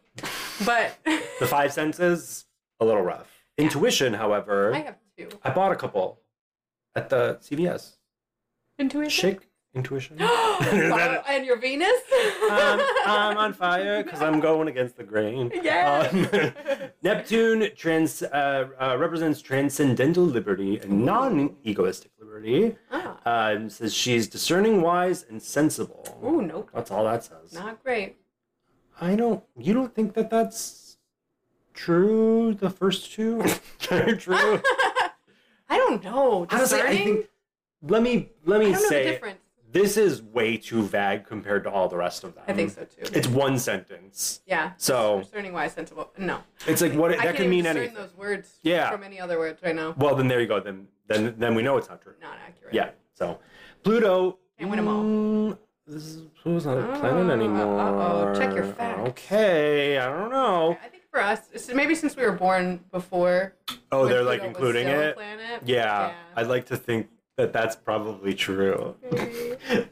But
The five senses, a little rough. Intuition, however,
I
I,
have two
bought a couple at the CVS.
intuition.
Shake intuition.
wow, and your Venus.
um, I'm on fire because I'm going against the grain.
Yes.
Um, Neptune trans, uh, uh, represents transcendental liberty and non egoistic liberty.
Ah.
Um, says she's discerning, wise, and sensible.
Ooh, nope,
That's all that says.
not great.
I don't. You don't think that that's true? The first two are true.
I don't know.
Honestly, I
discerning?
think. Let me let me
I don't know the
say
difference.
this is way too vague compared to all the rest of them.
I think so too.
It's one sentence.
Yeah.
So
Discerning wise, sensible. No,
it's like what
I
it, that
can't
could
even
mean
discern
anything.
those words
Yeah.
from any other words right now.
Well, then there you go. Then then then we know it's not true.
Not accurate.
Yeah. So Pluto.
Can't win 'em all.
Mm, This is Pluto's not a planet
Uh,
anymore.
uh-oh. Check your facts.
Okay, I don't know.
I think for us, it's- maybe since we were born before.
Oh,
when
they're like
Pluto was
including
still a
it.
Planet.
Yeah, I'd like to think that that's probably true.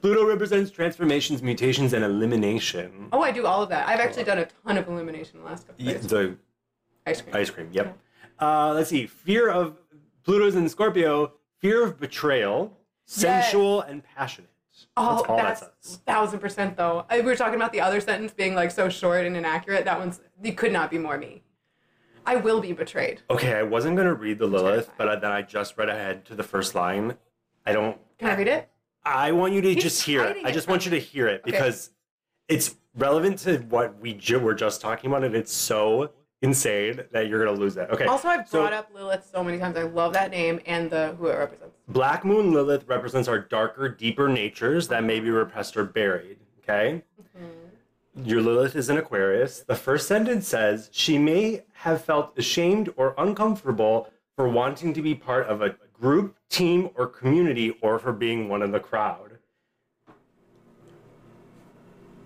Pluto represents transformations, mutations, and elimination.
Oh, I do all of that. I've actually done a ton of elimination the last couple
Y-
days.
The
Ice cream.
ice cream. Yep. Uh, let's see. Fear of Pluto's in Scorpio. Fear of betrayal, sensual, and passionate.
oh,
that's all
that's
that says.
thousand percent though. I, we were talking about the other sentence being like so short and inaccurate. That one's you could not be more me. I will be betrayed.
Okay, I wasn't gonna read the Lilith,
Terrifying.
but I, then I just read ahead to the first line. I don't.
Can I read it?
I want you to
He's
just hear it.
hiding
I
it
just
from
want you to
me.
hear it
Okay.
because it's relevant to what we ju- were just talking about, and it's so insane that you're gonna lose it. Okay.
Also, I've
so-
brought up Lilith so many times. I love that name and the who it represents.
Black Moon Lilith represents our darker, deeper natures that may be repressed or buried. Okay?
Mm-hmm.
Your Lilith is in Aquarius. The first sentence says, She may have felt ashamed or uncomfortable for wanting to be part of a group, team, or community, or for being one of the crowd.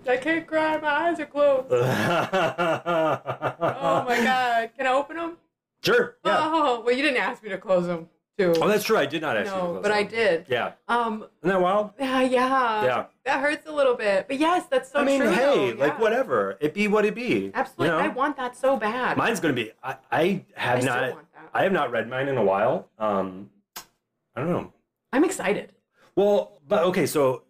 I can't Oh cry. My eyes are closed.
oh
Oh my god! Can I open them?
Sure. Yeah.
Oh, well, you didn't ask me to close them, too.
oh, that's true. I did not ask you. to
no,
close
but I
them.
did.
Yeah.
Um,
Isn't that wild?
yeah, yeah.
Yeah.
That hurts a little bit. But yes, that's so
I mean,
true.
hey,
though.
like
Yeah.
whatever. It be what it be.
Absolutely.
You know?
I want that so bad.
Mine's gonna be. I, I have
I still
not.
want that.
I have not read mine in a while. Um, I don't know.
I'm excited.
Well, but okay. So,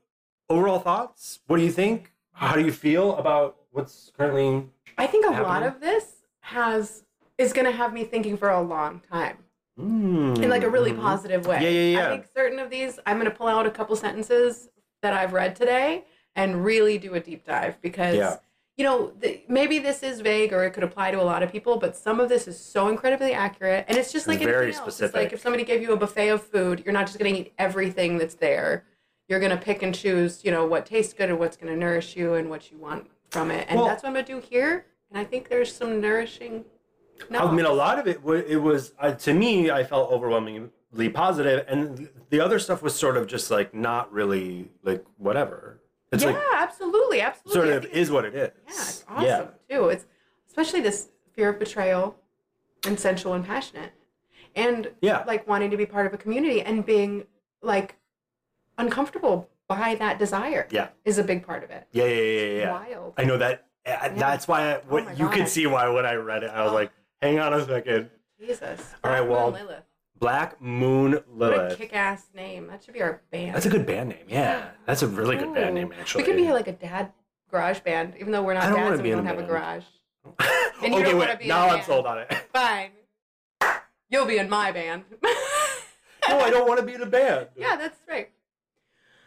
overall thoughts. What do you think? How do you feel about what's currently?
I think a lot
Happening?
of this has is going to have me thinking for a long time
Mm,
in like a really
mhm.
positive way.
Yeah, yeah, yeah.
I think certain of these I'm going to pull out a couple sentences that I've read today and really do a deep dive because
Yeah.
you know th- maybe this is vague or it could apply to a lot of people, but some of this is so incredibly accurate and it's just like
It's very
anything else. It's
specific.
like if somebody gave you a buffet of food, you're not just going to eat everything that's there. You're going to pick and choose, you know, what tastes good and what's going to nourish you and what you want from it. And
Well-
that's what I'm going to do here. And I think there's some nourishing.
I mean, a
knowledge.
lot of it. wa- It was uh, to me. I felt overwhelmingly positive, and the other stuff was sort of just like not really like whatever. It's
yeah,
like
absolutely, absolutely.
sort
I
of
think
is what it is.
Yeah, it's awesome too. It's especially this fear of betrayal and sensual and passionate. And
Yeah.
like wanting to be part of a community and being like uncomfortable by that desire.
Yeah.
Is a big part of it.
Yeah, yeah, yeah, yeah. yeah.
Wild.
I know that. I That's why I, what,
Oh my
you could
God.
see why when I read it, I was
Oh.
like, "Hang on a second.
Jesus.
All right,
Black Moon
well,
Lilith.
Black Moon
What a
Lilith.
kick ass name. That should be our band.
That's a good band name. Yeah, that's a really good band name
Ooh.
actually.
We could be like a dad garage band, even though we're not
I don't
dads
wanna
and
be
we
in a
don't have a
band.
garage. and you
okay,
don't wanna
wait.
be in
Now
a
I'm
band.
sold on it.
Fine. You'll be in my band.
no, I don't want to be in a band.
yeah, that's right.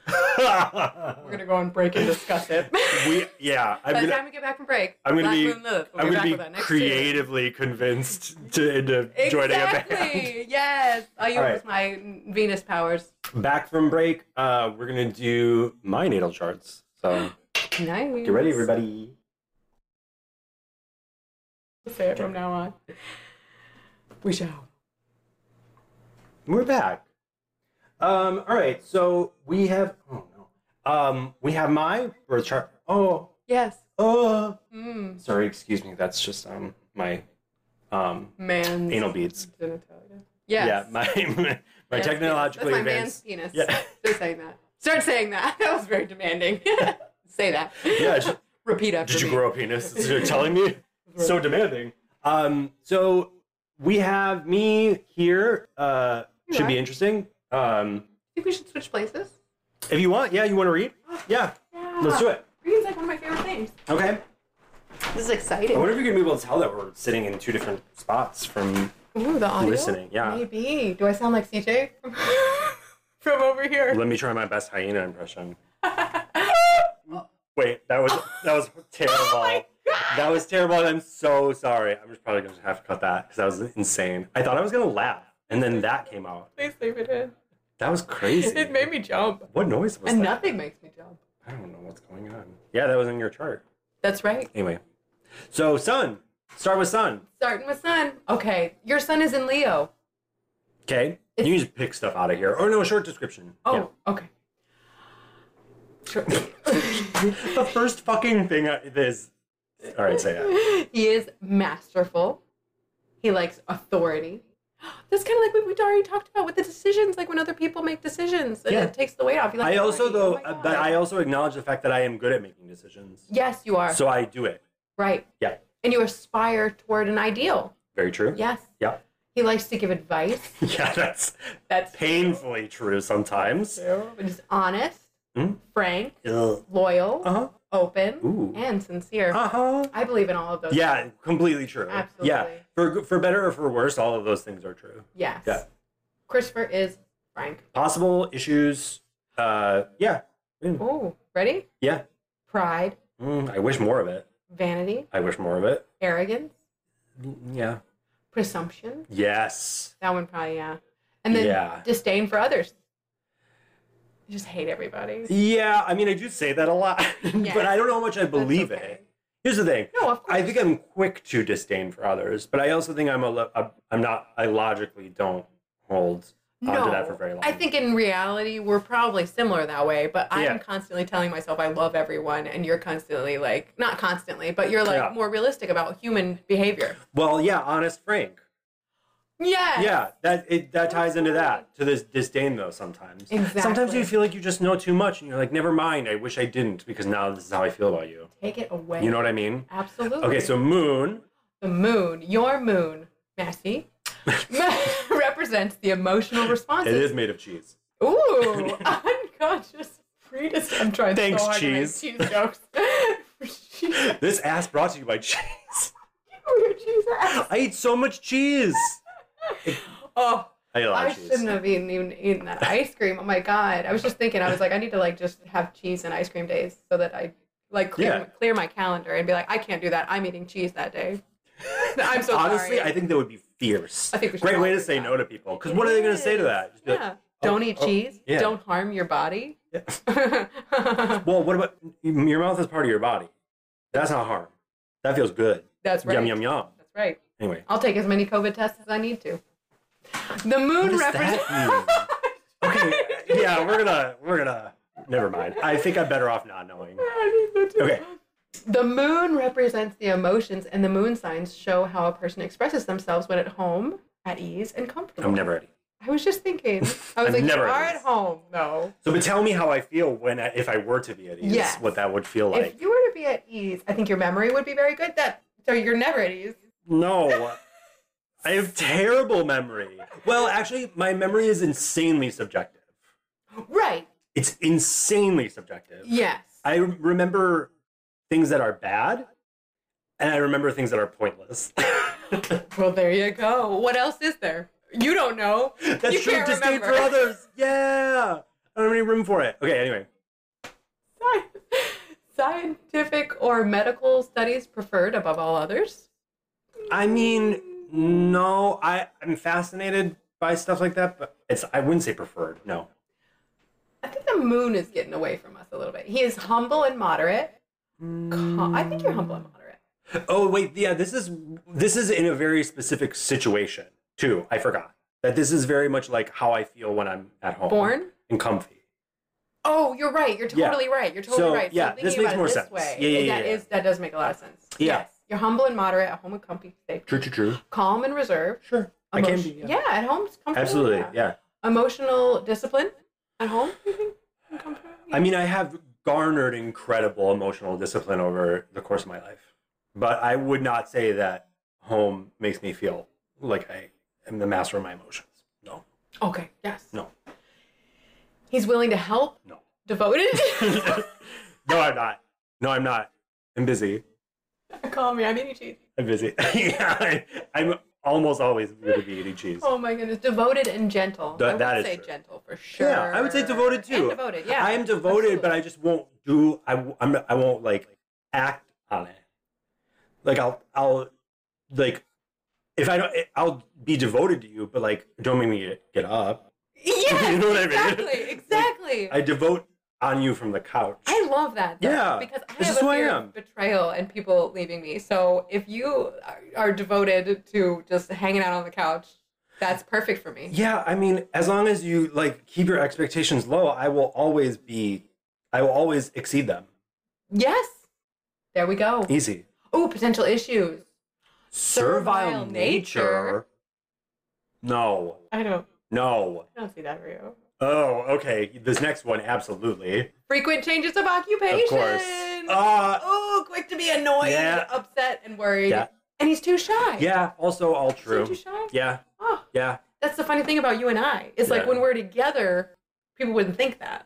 Yeah.
We're gonna go on break and discuss it.
we yeah. I'm
By the
gonna,
time we get back from break,
I'm gonna
Black
be-
Moon Lilith. We'll
I'm
back
gonna
with that
be
next year.
creatively convinced to into joining a band.
Exactly. Yes. I'll use
All right.
my Venus powers.
Back from break. Uh, we're gonna do my natal charts. So
Nice.
get ready, everybody.
Say it from now on. We shall.
We're back. Um, all right, so we have oh no. Um, we have my birth chart. Oh,
Yes.
uh
Mm.
sorry, excuse me. That's just um my um
Man's
anal beads.
genitalia. Yes.
Yeah, my my
Yes,
technologically
That's my
advanced.
man's penis.
Yeah.
Start saying that. Start saying that. That was very demanding. Say that.
Yeah, j-
Repeat after
Did you
me.
grow a penis? Is what You're telling me so demanding. Um, so we have me here. Uh,
You
should be
are.
interesting. Um,
think we should switch places?
if you want, yeah, you want to read? Yeah,
Yeah.
let's do it.
Green's like one of my favorite things.
Okay.
This is exciting.
I wonder if you're gonna be able to tell that we're sitting in two different spots from
Ooh, the audio.
listening. Yeah.
Maybe. Do I sound like CJ from, from over here? Oh
Let me try my best hyena impression. Wait, that was that was terrible.
Oh my
that was terrible, and I'm so sorry. I'm just probably gonna have to cut that because that was insane. I thought I was gonna laugh, and then that came out.
Please leave it in.
That was crazy.
It made me jump.
What noise was
And
that?
nothing makes me jump.
I don't know what's going on. Yeah, that was in your chart.
That's right.
Anyway, so sun. Start with sun.
Starting with sun. Okay. Your sun is in Leo.
Okay, you can just pick stuff out of here. Or no, short description.
Oh,
Yeah.
okay. Sure.
the first fucking thing I, this. All right, say that.
he is masterful. He likes authority. That's kind of like what we already talked about with the decisions, like when other people make decisions and
Yeah.
it takes the weight off. You're like,
I
"Oh
also
my
though,
God."
but I also acknowledge the fact that I am good at making decisions.
yes, you are
So I do it.
right,
Yeah,
and you aspire toward an ideal.
very true.
Yes,
yeah,
he likes to give advice.
yeah. That's
That's
painfully true sometimes.
true. But he's honest,
Mm.
frank,
Uh
loyal,
huh.
open,
Ooh.
and sincere.
Uh huh.
I believe in all of those.
Yeah, completely true. Yeah,
Absolutely.
for good- for better or for worse, all of those things are true.
Yes.
Yeah.
Christopher is frank.
Possible issues. Uh, yeah, Mm,
Oh, ready?
yeah.
Pride,
Mm, I wish more of it.
vanity,
I wish more of it.
arrogance,
Mm, Yeah.
presumption.
Yes.
That one probably yeah. And then
Yeah.
disdain for others. I just hate everybody.
Yeah, I mean, I do say that a lot, but I don't know how much I
That's
believe
okay.
it. Here's the thing.
No, of course.
I think I'm quick to disdain for others, but I also think I'm a, lo- a I'm not I logically don't hold onto that for very long.
I think in reality we're probably similar that way, but
Yeah.
I'm constantly telling myself I love everyone and you're constantly like not constantly, but you're like
Yeah.
more realistic about human behavior.
Well, yeah, honest Frank.
Yes.
Yeah, that it, that ties into that to this disdain though. Sometimes, sometimes
Exactly.
you feel like you just know too much, and you're like, never mind. I wish I didn't because now this is how I feel about you.
Take it away.
You know what I mean?
Absolutely.
Okay, so moon.
the moon, your moon, Massey, represents the emotional
It
responses.
is made of cheese.
Ooh, unconscious predis. I'm trying
Thanks,
so hard
cheese.
to make cheese jokes. cheese,
This ass brought to you by cheese.
weird cheese ass.
I eat so much cheese.
Oh,
I eat a lot
I
of cheese.
shouldn't have even, even eaten that ice cream. Oh my god, I was just thinking. I was like, I need to like just have cheese and ice cream days so that I like clear
Yeah.
clear my calendar and be like, I can't do that. I'm eating cheese that day. I'm so
Honestly,
sorry.
I think that would be fierce.
I think we should
Great
all
way to
do
say
that.
no to people. Because what are they going to say to that? Just be like,
yeah. Don't eat
oh,
cheese.
yeah.
Don't harm your body.
well, what about your mouth is part of your body? That's not harm. That feels good.
That's right.
Yum yum yum.
That's right.
Anyway,
I'll take as many COVID tests as I need to. The moon
What does
represents.
that okay. Yeah, we're gonna we're gonna. Never mind. I think I'm better off not knowing. Okay.
The moon represents the emotions, and the moon signs show how a person expresses themselves when at home, at ease, and comfortable.
I'm never ready.
I was just thinking. I was
I'm
like, you
never
are at
at ease.
home, though.
So, but tell me how I feel when I, if I were to be at ease,
Yes.
what that would feel like.
if you were to be at ease, I think your memory would be very good. That so you're never at ease.
No. I have terrible memory. Well, actually, my memory is insanely subjective.
Right.
It's insanely subjective.
Yes.
I remember things that are bad, and I remember things that are pointless.
Well, there you go. What else is there? You don't know.
That's
You
true.
can't
Disdain
remember.
for others. Yeah. I don't have any room for it. Okay. Anyway.
Scientific or medical studies preferred above all others.
I mean, no. I I'm fascinated by stuff like that, but it's I wouldn't say preferred. No.
I think the moon is getting away from us a little bit. He is humble and moderate. Ca- I think you're humble and moderate.
Oh wait, yeah, this is this is in a very specific situation too. I forgot that this is very much like how I feel when I'm at home,
Born?
and comfy.
Oh, you're right. You're
Yeah.
totally right. You're totally
So,
right.
yeah,
I'm thinking
this makes
about it
more sense.
Way.
Yeah, yeah,
That
yeah,
is- that does make a lot of sense.
Yeah.
Yes. You're humble and moderate, at home and comfy, safe,
True, true, true.
calm and reserved.
Sure, I can be.
Emotion- yeah. at home, it's comfortable.
absolutely. yeah.
Emotional discipline at home. you think?
I mean, I have garnered incredible emotional discipline over the course of my life, but I would not say that home makes me feel like I am the master of my emotions. No,
Okay. Yes.
no,
He's willing to help.
no,
Devoted.
no. I'm not. No, I'm not. I'm busy.
Call me. I'm eating cheese.
I'm busy. yeah, I, I'm almost always going to be eating cheese.
Oh my goodness, devoted and gentle.
That-
I would
that is
say
true.
gentle for sure.
Yeah, I would say devoted too.
And devoted, yeah.
I am devoted, but I just won't do. I w- I'm, I won't like act on it. Like I'll I'll like if I don't I'll be devoted to you, but like don't make me get, get up.
yeah,
You know what I mean?
exactly, exactly.
I devote on you from the couch.
I love that. Though,
Yeah,
because I
this
have
is
a
who I
fear
am.
of betrayal and people leaving me. So if you are- are devoted to just hanging out on the couch, that's perfect for me.
yeah, I mean, as long as you like keep your expectations low, I will always be. I will always exceed them.
Yes, there we go.
Easy.
Oh, potential issues. Servile nature?
No,
I don't,
no.
I don't see that for you.
Oh, okay. This next one, absolutely.
Frequent changes of occupation.
Of course. Uh,
oh, quick to be annoyed,
Yeah.
upset, and worried.
Yeah.
And he's too shy.
yeah, also all true.
So too shy.
Yeah,
Oh,
yeah.
that's the funny thing about you and I. It's like
Yeah.
when we're together, people wouldn't think that.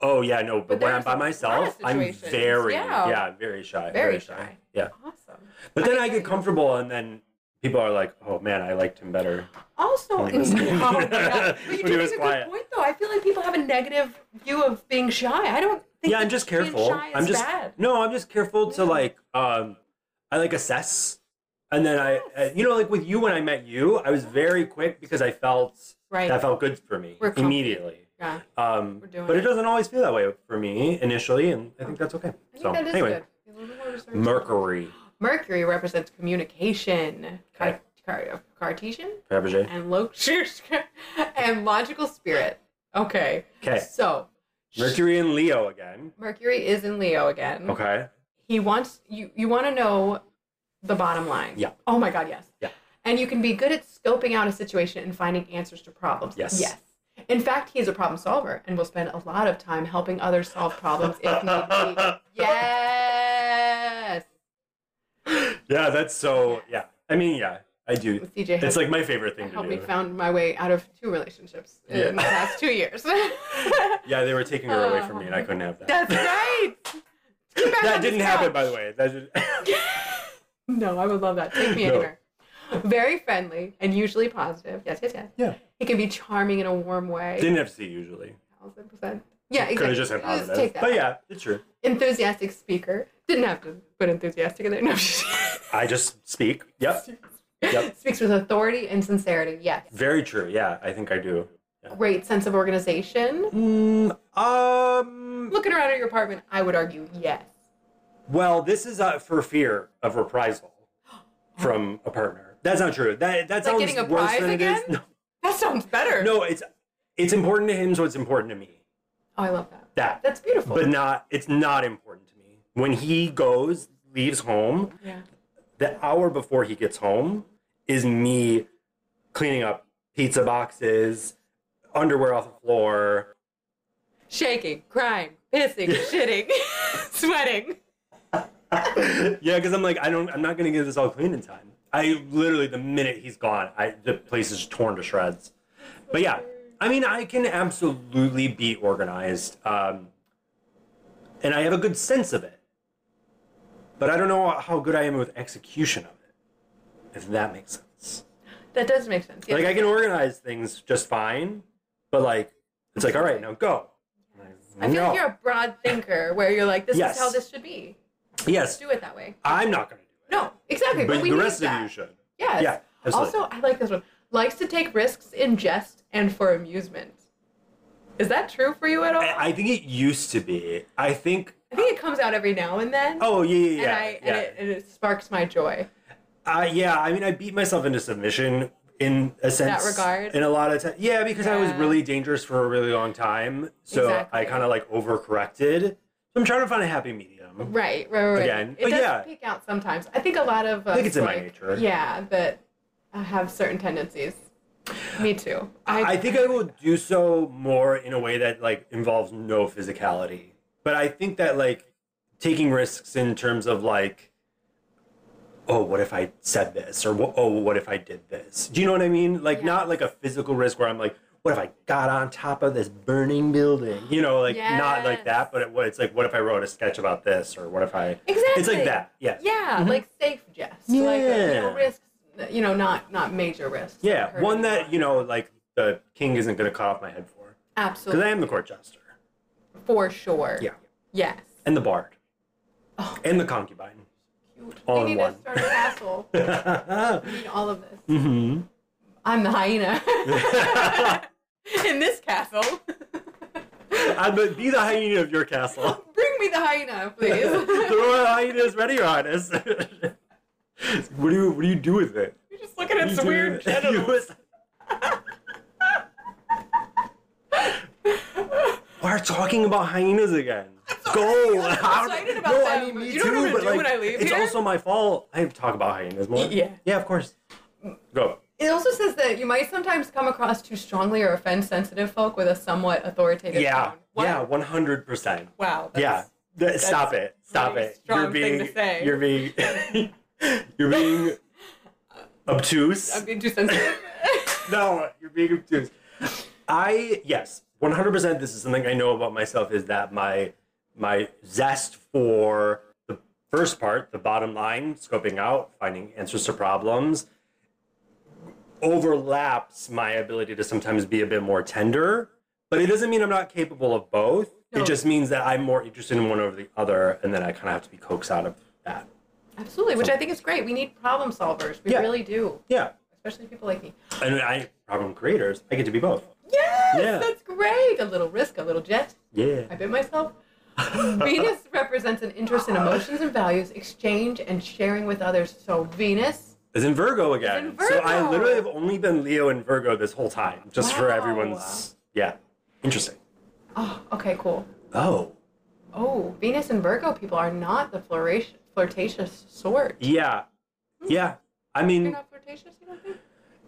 Oh, yeah, no, but,
But
when
there
I'm
are
by
some
myself,
lot of
I'm
situations.
very, yeah.
Yeah.
very shy. Very,
Very
shy.
shy.
Yeah.
Awesome.
But then
I
I get
hear you.
comfortable, and then people are like, oh man, I liked him better.
Also,
When he
no,
was-
no, no.
When
but
he
you do
was
make a
quiet.
good point though. I feel like people have a negative view of being shy. I don't think.
yeah, I'm
that
just
being
careful.
Shy is
I'm just,
bad.
no, I'm just careful to
Yeah.
like, um, I like assess. And then I, uh, you know, like with you when I met you, I was very quick because I felt
Right.
that felt good for me
We're comfy.
immediately.
Yeah.
Um,
We're doing
but it.
it.
doesn't always feel that way for me initially, and I think that's okay.
I think
so
that is
anyway,
good. A little more reserved.
Mercury,
Mercury represents communication,
Okay.
Car- car- Cartesian,
Fabergé.
and lo- and logical spirit. Okay.
Okay.
So
Mercury and Leo again.
Mercury is in Leo again.
Okay.
He wants you. You want to know the bottom line.
Yeah.
Oh my God. Yes.
Yeah.
And you can be good at scoping out a situation and finding answers to problems.
Yes.
Yes. In fact, he is a problem solver and will spend a lot of time helping others solve problems if need be. Yes.
Yeah, that's so. Yeah, I mean, yeah, I do.
With CJ
It's
has
like my favorite thing to
helped me
do.
found my way out of two relationships in
Yeah.
the past two years.
Yeah, they were taking her away from me, and I couldn't have that.
Oh. That's right. Get back
That
on this
didn't happen,
couch.
by the way. That did-
No, I would love that. Take me
No.
anywhere. Very friendly and usually positive. Yes, yes, yes.
yeah,
He can be charming in a warm way.
didn't have to see usually.
thousand percent. Yeah,
Could
exactly.
have just said
Let's
positive,
take that
but
out.
yeah, it's true.
enthusiastic speaker. Didn't have to put enthusiastic in there. No,
I just speak. Yep, Yep.
speaks with authority and sincerity. Yes,
very true. Yeah, I think I do. Yeah.
great sense of organization.
Mm, um.
Looking around at your apartment, I would argue yes.
Well, this is uh, for fear of reprisal from a partner. That's not true. That that
Like
sounds
getting a
worse
prize
than
again?
it is.
That sounds better.
No, no, it's it's important to him, so it's important to me.
oh, I love that.
That.
that's beautiful.
But not it's not important to me. When he goes, leaves home,
yeah,
the hour before he gets home is me cleaning up pizza boxes, underwear off the floor.
shaking, crying, pissing, shitting, sweating.
yeah, because I'm like, I don't I'm not gonna get this all clean in time. I literally the minute he's gone, I the place is torn to shreds. But yeah, I mean I can absolutely be organized. Um and I have a good sense of it. But I don't know how good I am with execution of it. If that makes sense.
That does make sense. Yes.
Like I can organize things just fine, but like it's like all right, now go.
I feel like you're a broad thinker where you're like, this
Yes.
is how this should be.
yes,
Do it that way.
I'm not going to do
No, exactly.
it.
But,
But
we
the
need
rest
that.
of you should.
Yes.
Yeah, absolutely.
Also, I like this one. Likes to take risks in jest and for amusement. Is that true for you at all?
I I think it used to be. I think.
I think it comes out every now and then.
Oh yeah, yeah, yeah.
and I
yeah.
and, it, and it sparks my joy.
uh, yeah, I mean, I beat myself into submission in a sense.
regard?
In a lot of time, yeah, because I was
Yeah.
really dangerous for a really long time, so I
Exactly.
kind of like overcorrected. So I'm trying to find a happy medium.
Right, right, right.
Again,
it
but
does
yeah.
pick out sometimes. I think a lot of.
think
us,
it's in my
like,
nature.
Yeah, that I have certain tendencies. Me too.
I think I will do so more in a way that like involves no physicality. But I think that like taking risks in terms of like, oh, what if I said this, or wh- oh, what if I did this? Do you know what I mean? Like not like a physical risk where I'm like, what if I got on top of this burning building? You know, like not like
Yes.
that. But it, wa- it's like, what if I wrote a sketch about this, or what if I?
Exactly.
It's like that. Yeah.
Yeah, like safe jest. Like you know,
Yeah.
risks. You know, not not major risks.
Yeah.
Hurting
One that
anyone.
you know, like the king isn't going to cut off my head for, because
Absolutely.
I am the court jester.
for sure.
Yeah.
Yes.
and the bard
Oh.
and the concubine All
we
in
need
one.
to start a castle.
Mm-hmm.
we need all of this. I'm the hyena in this castle.
i'd be- be the hyena of your castle
Bring me the hyena,
the
please.
royal hyena is ready your highness what do you what do you do with it
You're just looking at
You
some
do-
weird
you
genitals.
was- we're talking about hyenas again Go!
I'm so
How-
excited about
no, I
them.
mean, me
You don't know what
too,
to
but
do
like,
when I leave
it's
here?
also my fault. I have to talk about hyenas more.
Yeah. Mm.
yeah, of course. Go.
It also says that you might sometimes come across too strongly or offend sensitive folk with a somewhat authoritative
Yeah,
tone. What?
yeah, one hundred percent.
Wow. that's-
yeah. Th- stop it. Stop
pretty
it.
strong thing to say.
You're being. you're being obtuse.
I'm being too sensitive.
no, you're being obtuse. I yes, 100%. This is something I know about myself is that my my zest for the first part, the bottom line, scoping out, finding answers to problems, overlaps my ability to sometimes be a bit more tender. But it doesn't mean I'm not capable of both.
No.
It just means that I'm more interested in one over the other, and then I kind of have to be coaxed out of that.
Absolutely, which I think is great. We need problem solvers. We
Yeah.
really do,
Yeah,
especially people like me.
and I problem creators. I get to be both.
Yes,
Yeah.
that's great. A little risk, a little jest.
Yeah.
I bit myself. Venus represents an interest in emotions and values, exchange and sharing with others. So Venus,
is in Virgo again.
in
So I
Virgo.
literally have only been Leo and Virgo this whole time, just for
Wow.
everyone's. Yeah, interesting.
oh, okay, cool.
Oh,
Oh, Venus and Virgo people are not the flirtatious, flirtatious sort.
yeah, yeah. I mean,
You're not flirtatious? You don't think?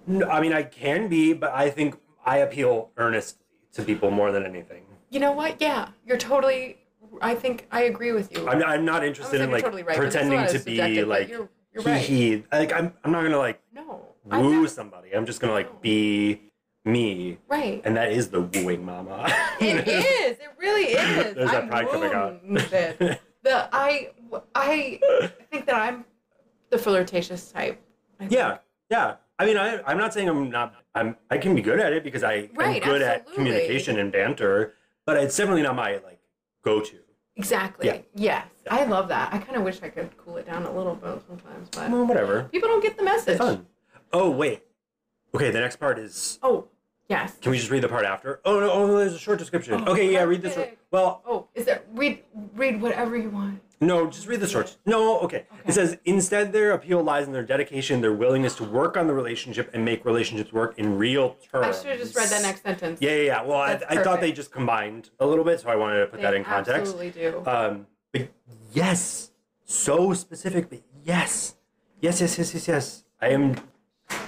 No, I mean, I can be, but I think I appeal earnestly to people more than anything.
You know what? Yeah, you're totally. I think I agree with you.
I'm, I'm not interested
saying
in
you're
like
totally right, but it's
pretending
not
to
as subjective,
be
but
like
you're- you're
hee
right.
hee. Like I'm, I'm not gonna like
no. I'm
woo
not-
somebody. I'm just gonna like
No.
be me,
right.
and that is the wooing mama.
It is. It really is.
There's that
I'm
pride coming out.
ruined that. The I I think that I'm the flirtatious type. I think.
yeah, yeah. I mean, I, I'm not saying I'm not. I'm. I can be good at it because I am
Right,
good at
absolutely.
communication and banter, but it's definitely not my like go-to.
Exactly.
Yeah.
Yes. I love that. I kind of wish I could cool it down a little bit sometimes, but
Well, whatever.
people don't get the message.
Fun. Oh wait. Okay, the next part is
Oh, yes.
Can we just read the part after? Oh no! Oh, there's a short description.
Oh,
okay, yeah, read this.
okay.
Well,
Oh, is there read read whatever you want.
no, just read the short. No, okay. It says instead, their appeal lies in their dedication, their willingness to work on the relationship and make relationships work in real terms.
I should have just read that next sentence.
Yeah, yeah, yeah. Well, I,
That's
I thought they
perfect.
just combined a little bit, so I wanted to put
They
that in context.
Absolutely do.
Um, but yes, so specific. But yes, yes, yes, yes, yes, yes. I am.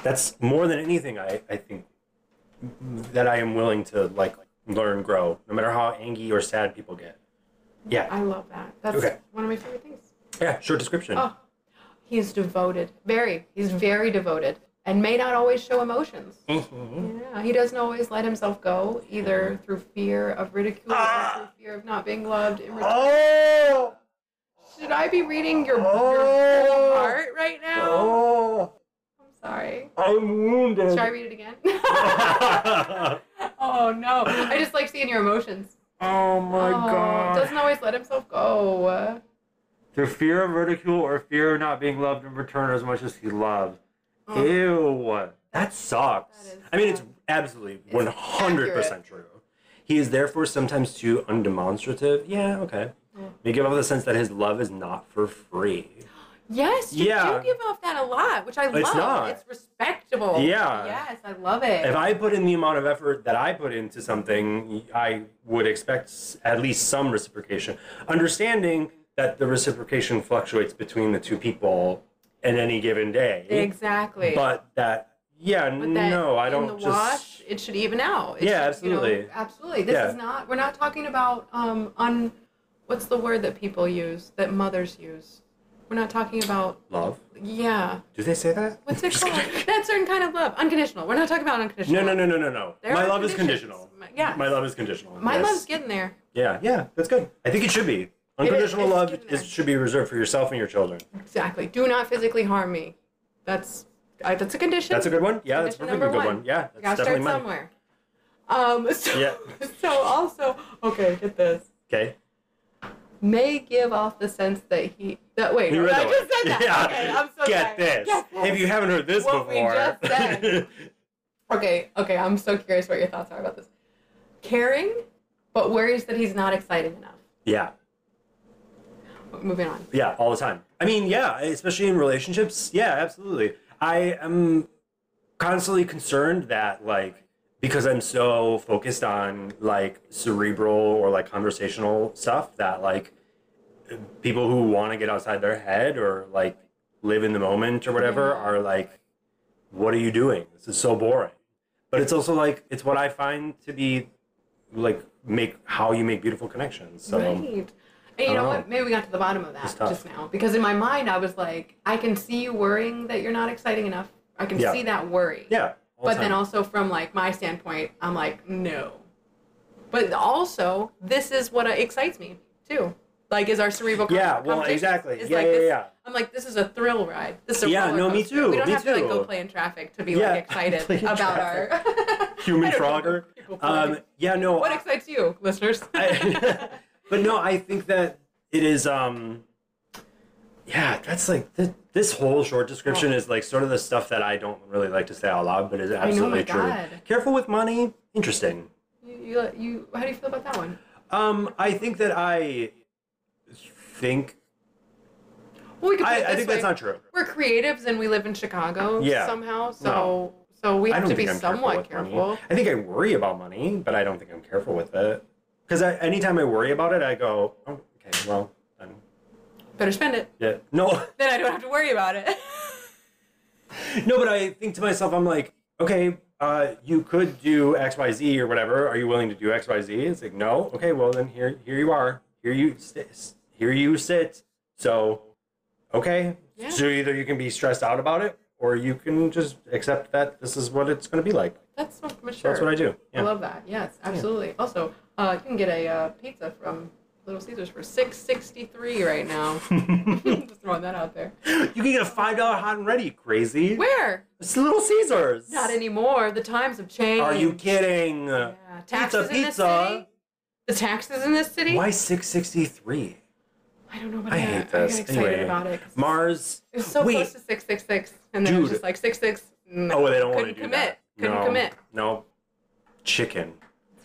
That's more than anything. I I think that I am willing to like learn, grow, no matter how angry or sad people get. Yeah,
I love that. That's
Okay.
one of my favorite things.
yeah. Short description.
Oh, he is devoted. Very. He's very devoted and may not always show emotions.
Mm-hmm.
Yeah, he doesn't always let himself go, either through fear of ridicule or
Ah.
through fear of not being loved. In return.
Oh,
Should I be reading your, your
Oh.
whole part right now?
oh,
I'm sorry.
I'm wounded.
Should I read it again? oh no! I just like seeing your emotions.
oh my
oh, Doesn't always let himself go.
Through fear of ridicule or fear of not being loved in return as much as he loved. Ew. That sucks.
Oh. That is
I mean, it's absolutely 100%
accurate.
true. He is therefore sometimes too undemonstrative. Yeah, okay. You give off the sense that his love is not for free.
Yes, you
Yeah.
do give off that a lot, which I love.
not.
It's respectable.
Yeah.
Yes, I love it.
If I put in the amount of effort that I put into something, I would expect s- at least some reciprocation. Understanding that the reciprocation fluctuates between the two people in any given day.
exactly.
But that, yeah,
But that
no, I
In
don't
the
just.
wash, it should even out. It
Yeah,
should, you know,
absolutely.
absolutely. This
Yeah.
is not. We're not talking about um un. What's the word that people use? That mothers use. We're not talking about.
Love?
Yeah.
Do they say that?
What's it called? that certain kind of love. Unconditional. We're not talking about
No,
unconditional.
no, no, no, no, no.
There
My
are
love is
conditions.
conditional.
My- yes.
My love is conditional.
My
yes.
love's getting there.
Yeah, yeah, that's good. I think it should be. Unconditional
it's
love
getting
is,
there.
should be reserved for yourself and your children.
Exactly. Do not physically harm me. That's I, that's a condition.
That's a good one. Yeah, that's
Condition
perfectly
number
good one.
one.
Yeah,
You
that's
gotta
definitely
start
mine.
somewhere. Um. So,
Yeah.
So also, okay, get this.
Okay.
May give off the sense that he that wait.
You read
I
that
just
one.
said that.
Yeah.
Okay, I'm so
Get
sorry.
this.
Get this.
If you haven't heard this
What we
before.
just said. Okay, okay, I'm so curious what your thoughts are about this. Caring, but worries that he's not exciting enough.
yeah.
Moving on.
Yeah, all the time. I mean, yeah, especially in relationships. Yeah, absolutely. I am constantly concerned that like because I'm so focused on like cerebral or like conversational stuff that like people who want to get outside their head or like live in the moment or whatever
Mm-hmm.
are like what are you doing? This is so boring. But it's also like it's what I find to be like make how you make beautiful connections. So
Right. And you
don't
know
know.
what? Maybe we got to the bottom of that
tough.
just now. Because in my mind, I was like, I can see you worrying that you're not exciting enough. I can
Yeah.
see that worry.
yeah. all the
But then
time.
also, from like my standpoint, I'm like, no. But also, this is what uh, excites me too. Like, is our cerebral con-
Yeah, well,
conversations.
exactly.
It's
Yeah,
like
yeah,
this-
yeah.
I'm like, this is a thrill ride. This is a
Yeah,
roller
no, me
coaster.
too,
We don't
me
have to
too.
like go play in traffic to be
Yeah,
like excited
play in
about our I
human
don't know.
frogger.
People
Um,
frogger.
yeah, no.
what
I-
excites you, listeners?
I- but no, I think that it is. Um, yeah, that's like th- this whole short description is like sort of the stuff that I don't really like to say out loud, but is
know,
absolutely
my
true.
God.
Careful with money. Interesting.
You, you, you, how do you feel about that one?
Um, I think that I think
Well, we could put
I,
it
I
this
think
way.
that's not true.
We're creatives and we live in Chicago
Yeah.
somehow, so
No.
so we
I
have
don't
to be
think I'm
somewhat
careful. with
careful.
Money. I think I worry about money, but I don't think I'm careful with it. Because anytime I worry about it, I go, oh, okay, well, then,
Better spend it.
yeah, no.
Then I don't have to worry about it.
No, but I think to myself, I'm like, okay, uh, you could do X, Y, Z or whatever. Are you willing to do X, Y, Z? It's like, no. Okay, well then here, here you are. Here you sit. Here you sit. So, okay.
Yeah.
So either you can be stressed out about it, or you can just accept that this is what it's going to be like.
That's so mature.
That's what I do.
I
Yeah.
love that. Yes, absolutely. Also, uh, you can get a uh, pizza from Little Caesars for six sixty three right now. Just throwing that out there.
you can get a five dollar hot and ready. Crazy.
Where?
It's Little Caesars.
Not anymore. The times have changed.
Are you kidding?
Yeah. Taxes in this city. The taxes in this city.
Why six sixty three?
I don't know, but
I
I,
hate
I got
this.
excited
Anyway.
about it. 'cause
Mars.
It was so
Wait.
close to six six six, and then it was
Dude.
just like six six.
Oh, they don't want
Couldn't
to do
commit.
that.
Couldn't
no,
commit.
No. Chicken.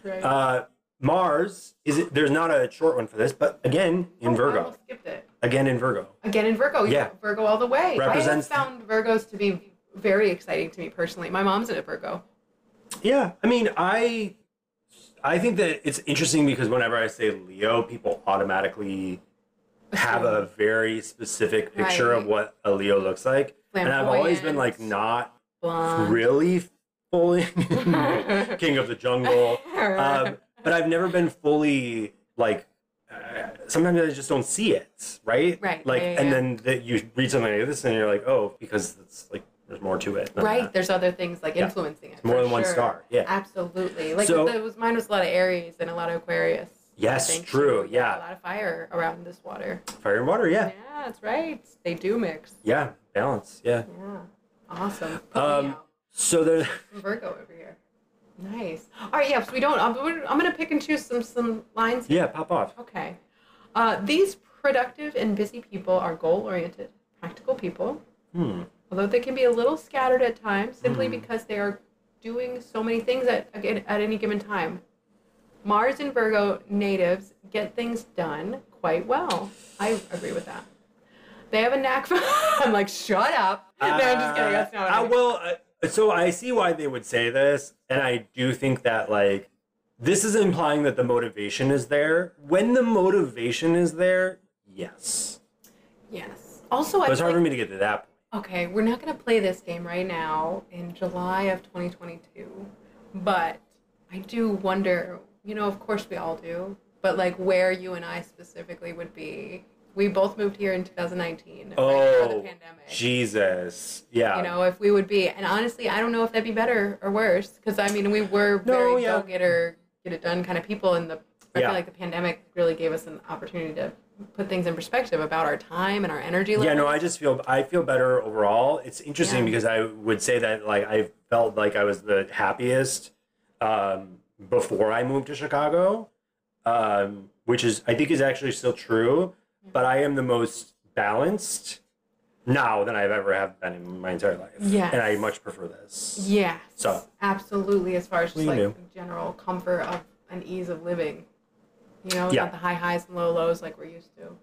That's right.
Uh, Mars is it, there's not a short one for this, but again in
Oh, I
Virgo.
almost skipped it.
Again in Virgo.
Again in Virgo.
Yeah.
Yeah. Virgo all the way.
Represents-
I have found Virgos to be very exciting to me personally. My mom's in a Virgo.
Yeah, I mean, I I think that it's interesting because whenever I say Leo, people automatically have a very specific picture of
Right.
what a Leo looks like, and I've always been like
Flamboyant.
not
Blonde.
really fully King of the Jungle. um, but I've never been fully like. Uh, sometimes I just don't see it, right?
Right,
Like,
yeah, yeah,
and
yeah.
then that you read something like this, and you're like, oh, because it's like there's more to it. than
Right.
that.
There's other things like influencing it.
more
for
than one
sure.
star, yeah.
Absolutely. Like
So-
it was mine was a lot of Aries and a lot of Aquarius. I
Yes,
think,
true,
too.
yeah.
A lot of fire around this water.
Fire and water, yeah,
Yeah, that's right. They do mix.
yeah, balance, yeah.
Yeah. Awesome. Put me
Um,
out.
so there,
I'm Virgo over here. Nice. All right. Yeah. So we don't. I'm, we're- I'm gonna pick and choose some some lines.
yeah, pop off.
Okay. Uh, these productive and busy people are goal oriented, practical people.
Hmm.
Although they can be a little scattered at times, simply because they are doing so many things at again at any given time. Mars and Virgo natives get things done quite well. I agree with that. They have a knack for. I'm like, shut up. No, I'm just kidding. That's not. What I
Uh,
mean.
well, uh, so I see why they would say this, and I do think that like this is implying that the motivation is there. When the motivation is there, yes.
Yes. Also, I
But it's
feel
hard
like
for me to get to that point.
Okay, we're not going to play this game right now in July of 2022, but I do wonder, you know, of course we all do, but like where you and I specifically would be. We both moved here in 2019 right before the
Oh,
pandemic.
Jesus. Yeah.
you know, if we would be, and honestly, I don't know if that'd be better or worse, because I mean, we were
No,
very
yeah.
go-getter, get it done kind of people, and the I
Yeah.
feel like the pandemic really gave us an opportunity to put things in perspective about our time and our energy level.
yeah, no, I just feel I feel better overall. It's interesting
Yeah.
because I would say that like I felt like I was the happiest um, before I moved to Chicago, um, which is I think is actually still true. But I am the most balanced now than I've ever have been in my entire life.
Yes.
and I much prefer this.
Yes.
So.
absolutely, as far as
What
just
do
like
you
the general comfort of and ease of living, you know,
Yeah.
not the high highs and low lows like we're used to.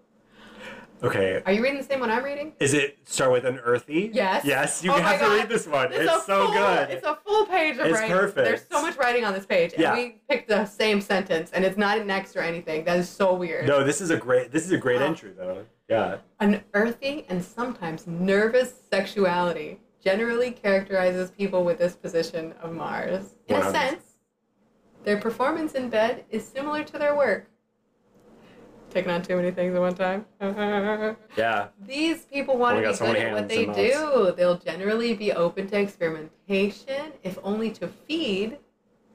Okay,
Are you reading the same one I'm reading?
is it start with unearthy?
Yes.
Yes, you
Oh my
have to
God.
read this one. It's,
a
so
full-
good.
It's a full page of
It's
writing.
perfect.
There's so much writing on this page, and
Yeah.
we picked the same sentence, and it's not an X or anything. That is so weird.
no, this is a great this is a great
Wow.
entry though. Yeah.
Unearthing and sometimes nervous sexuality generally characterizes people with this position of Mars. In a
100.
sense, their performance in bed is similar to their work. Taking on too many things at one time.
Yeah.
These people want
Only
to
Oh, got
be
so
good
many
at what
hands
they
and
do. They'll generally be open to experimentation, if only to feed.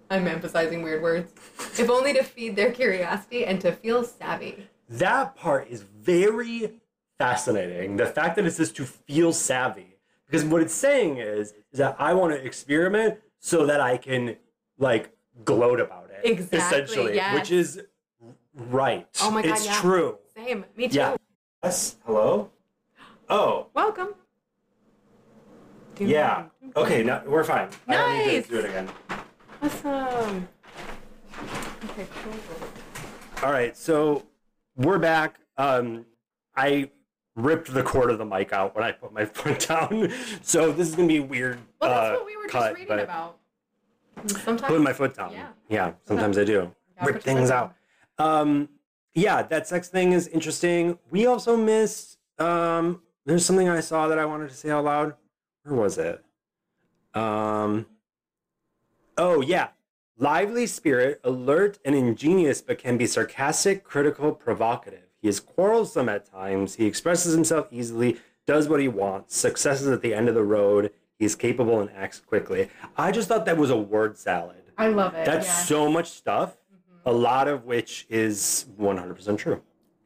I'm emphasizing weird words. If only to feed their curiosity and to feel savvy.
that part is very fascinating. The fact that it says to feel savvy, because what it's saying is, is that I want to experiment so that I can like gloat about it,
Exactly,
essentially,
yes.
which is right.
Oh my God,
it's
yeah.
true.
Same. Me too.
Yeah. Yes. Hello. Oh
Welcome.
yeah. Okay. No, we're fine. I don't need
Nice.
to do it again.
Awesome. Okay, cool.
All right. So we're back. Um, I ripped the cord of the mic out when I put my foot down. So this is gonna be a weird.
Well, that's
uh,
what we were
cut,
just reading
but-
about. Sometimes.
put my foot down.
Yeah.
sometimes I do.
Yeah, put
Rip
your foot
things
down.
out. Um, yeah, that sex thing is interesting. We also missed um there's something I saw that I wanted to say out loud. where was it? Um, oh yeah, lively spirit, alert and ingenious, but can be sarcastic, critical, provocative. He is quarrelsome at times. He expresses himself easily, does what he wants. Success is at the end of the road. He is capable and acts quickly. I just thought that was a word salad.
I love it.
That's
yeah. Mm-hmm.
so much stuff, a lot of which is 100% true.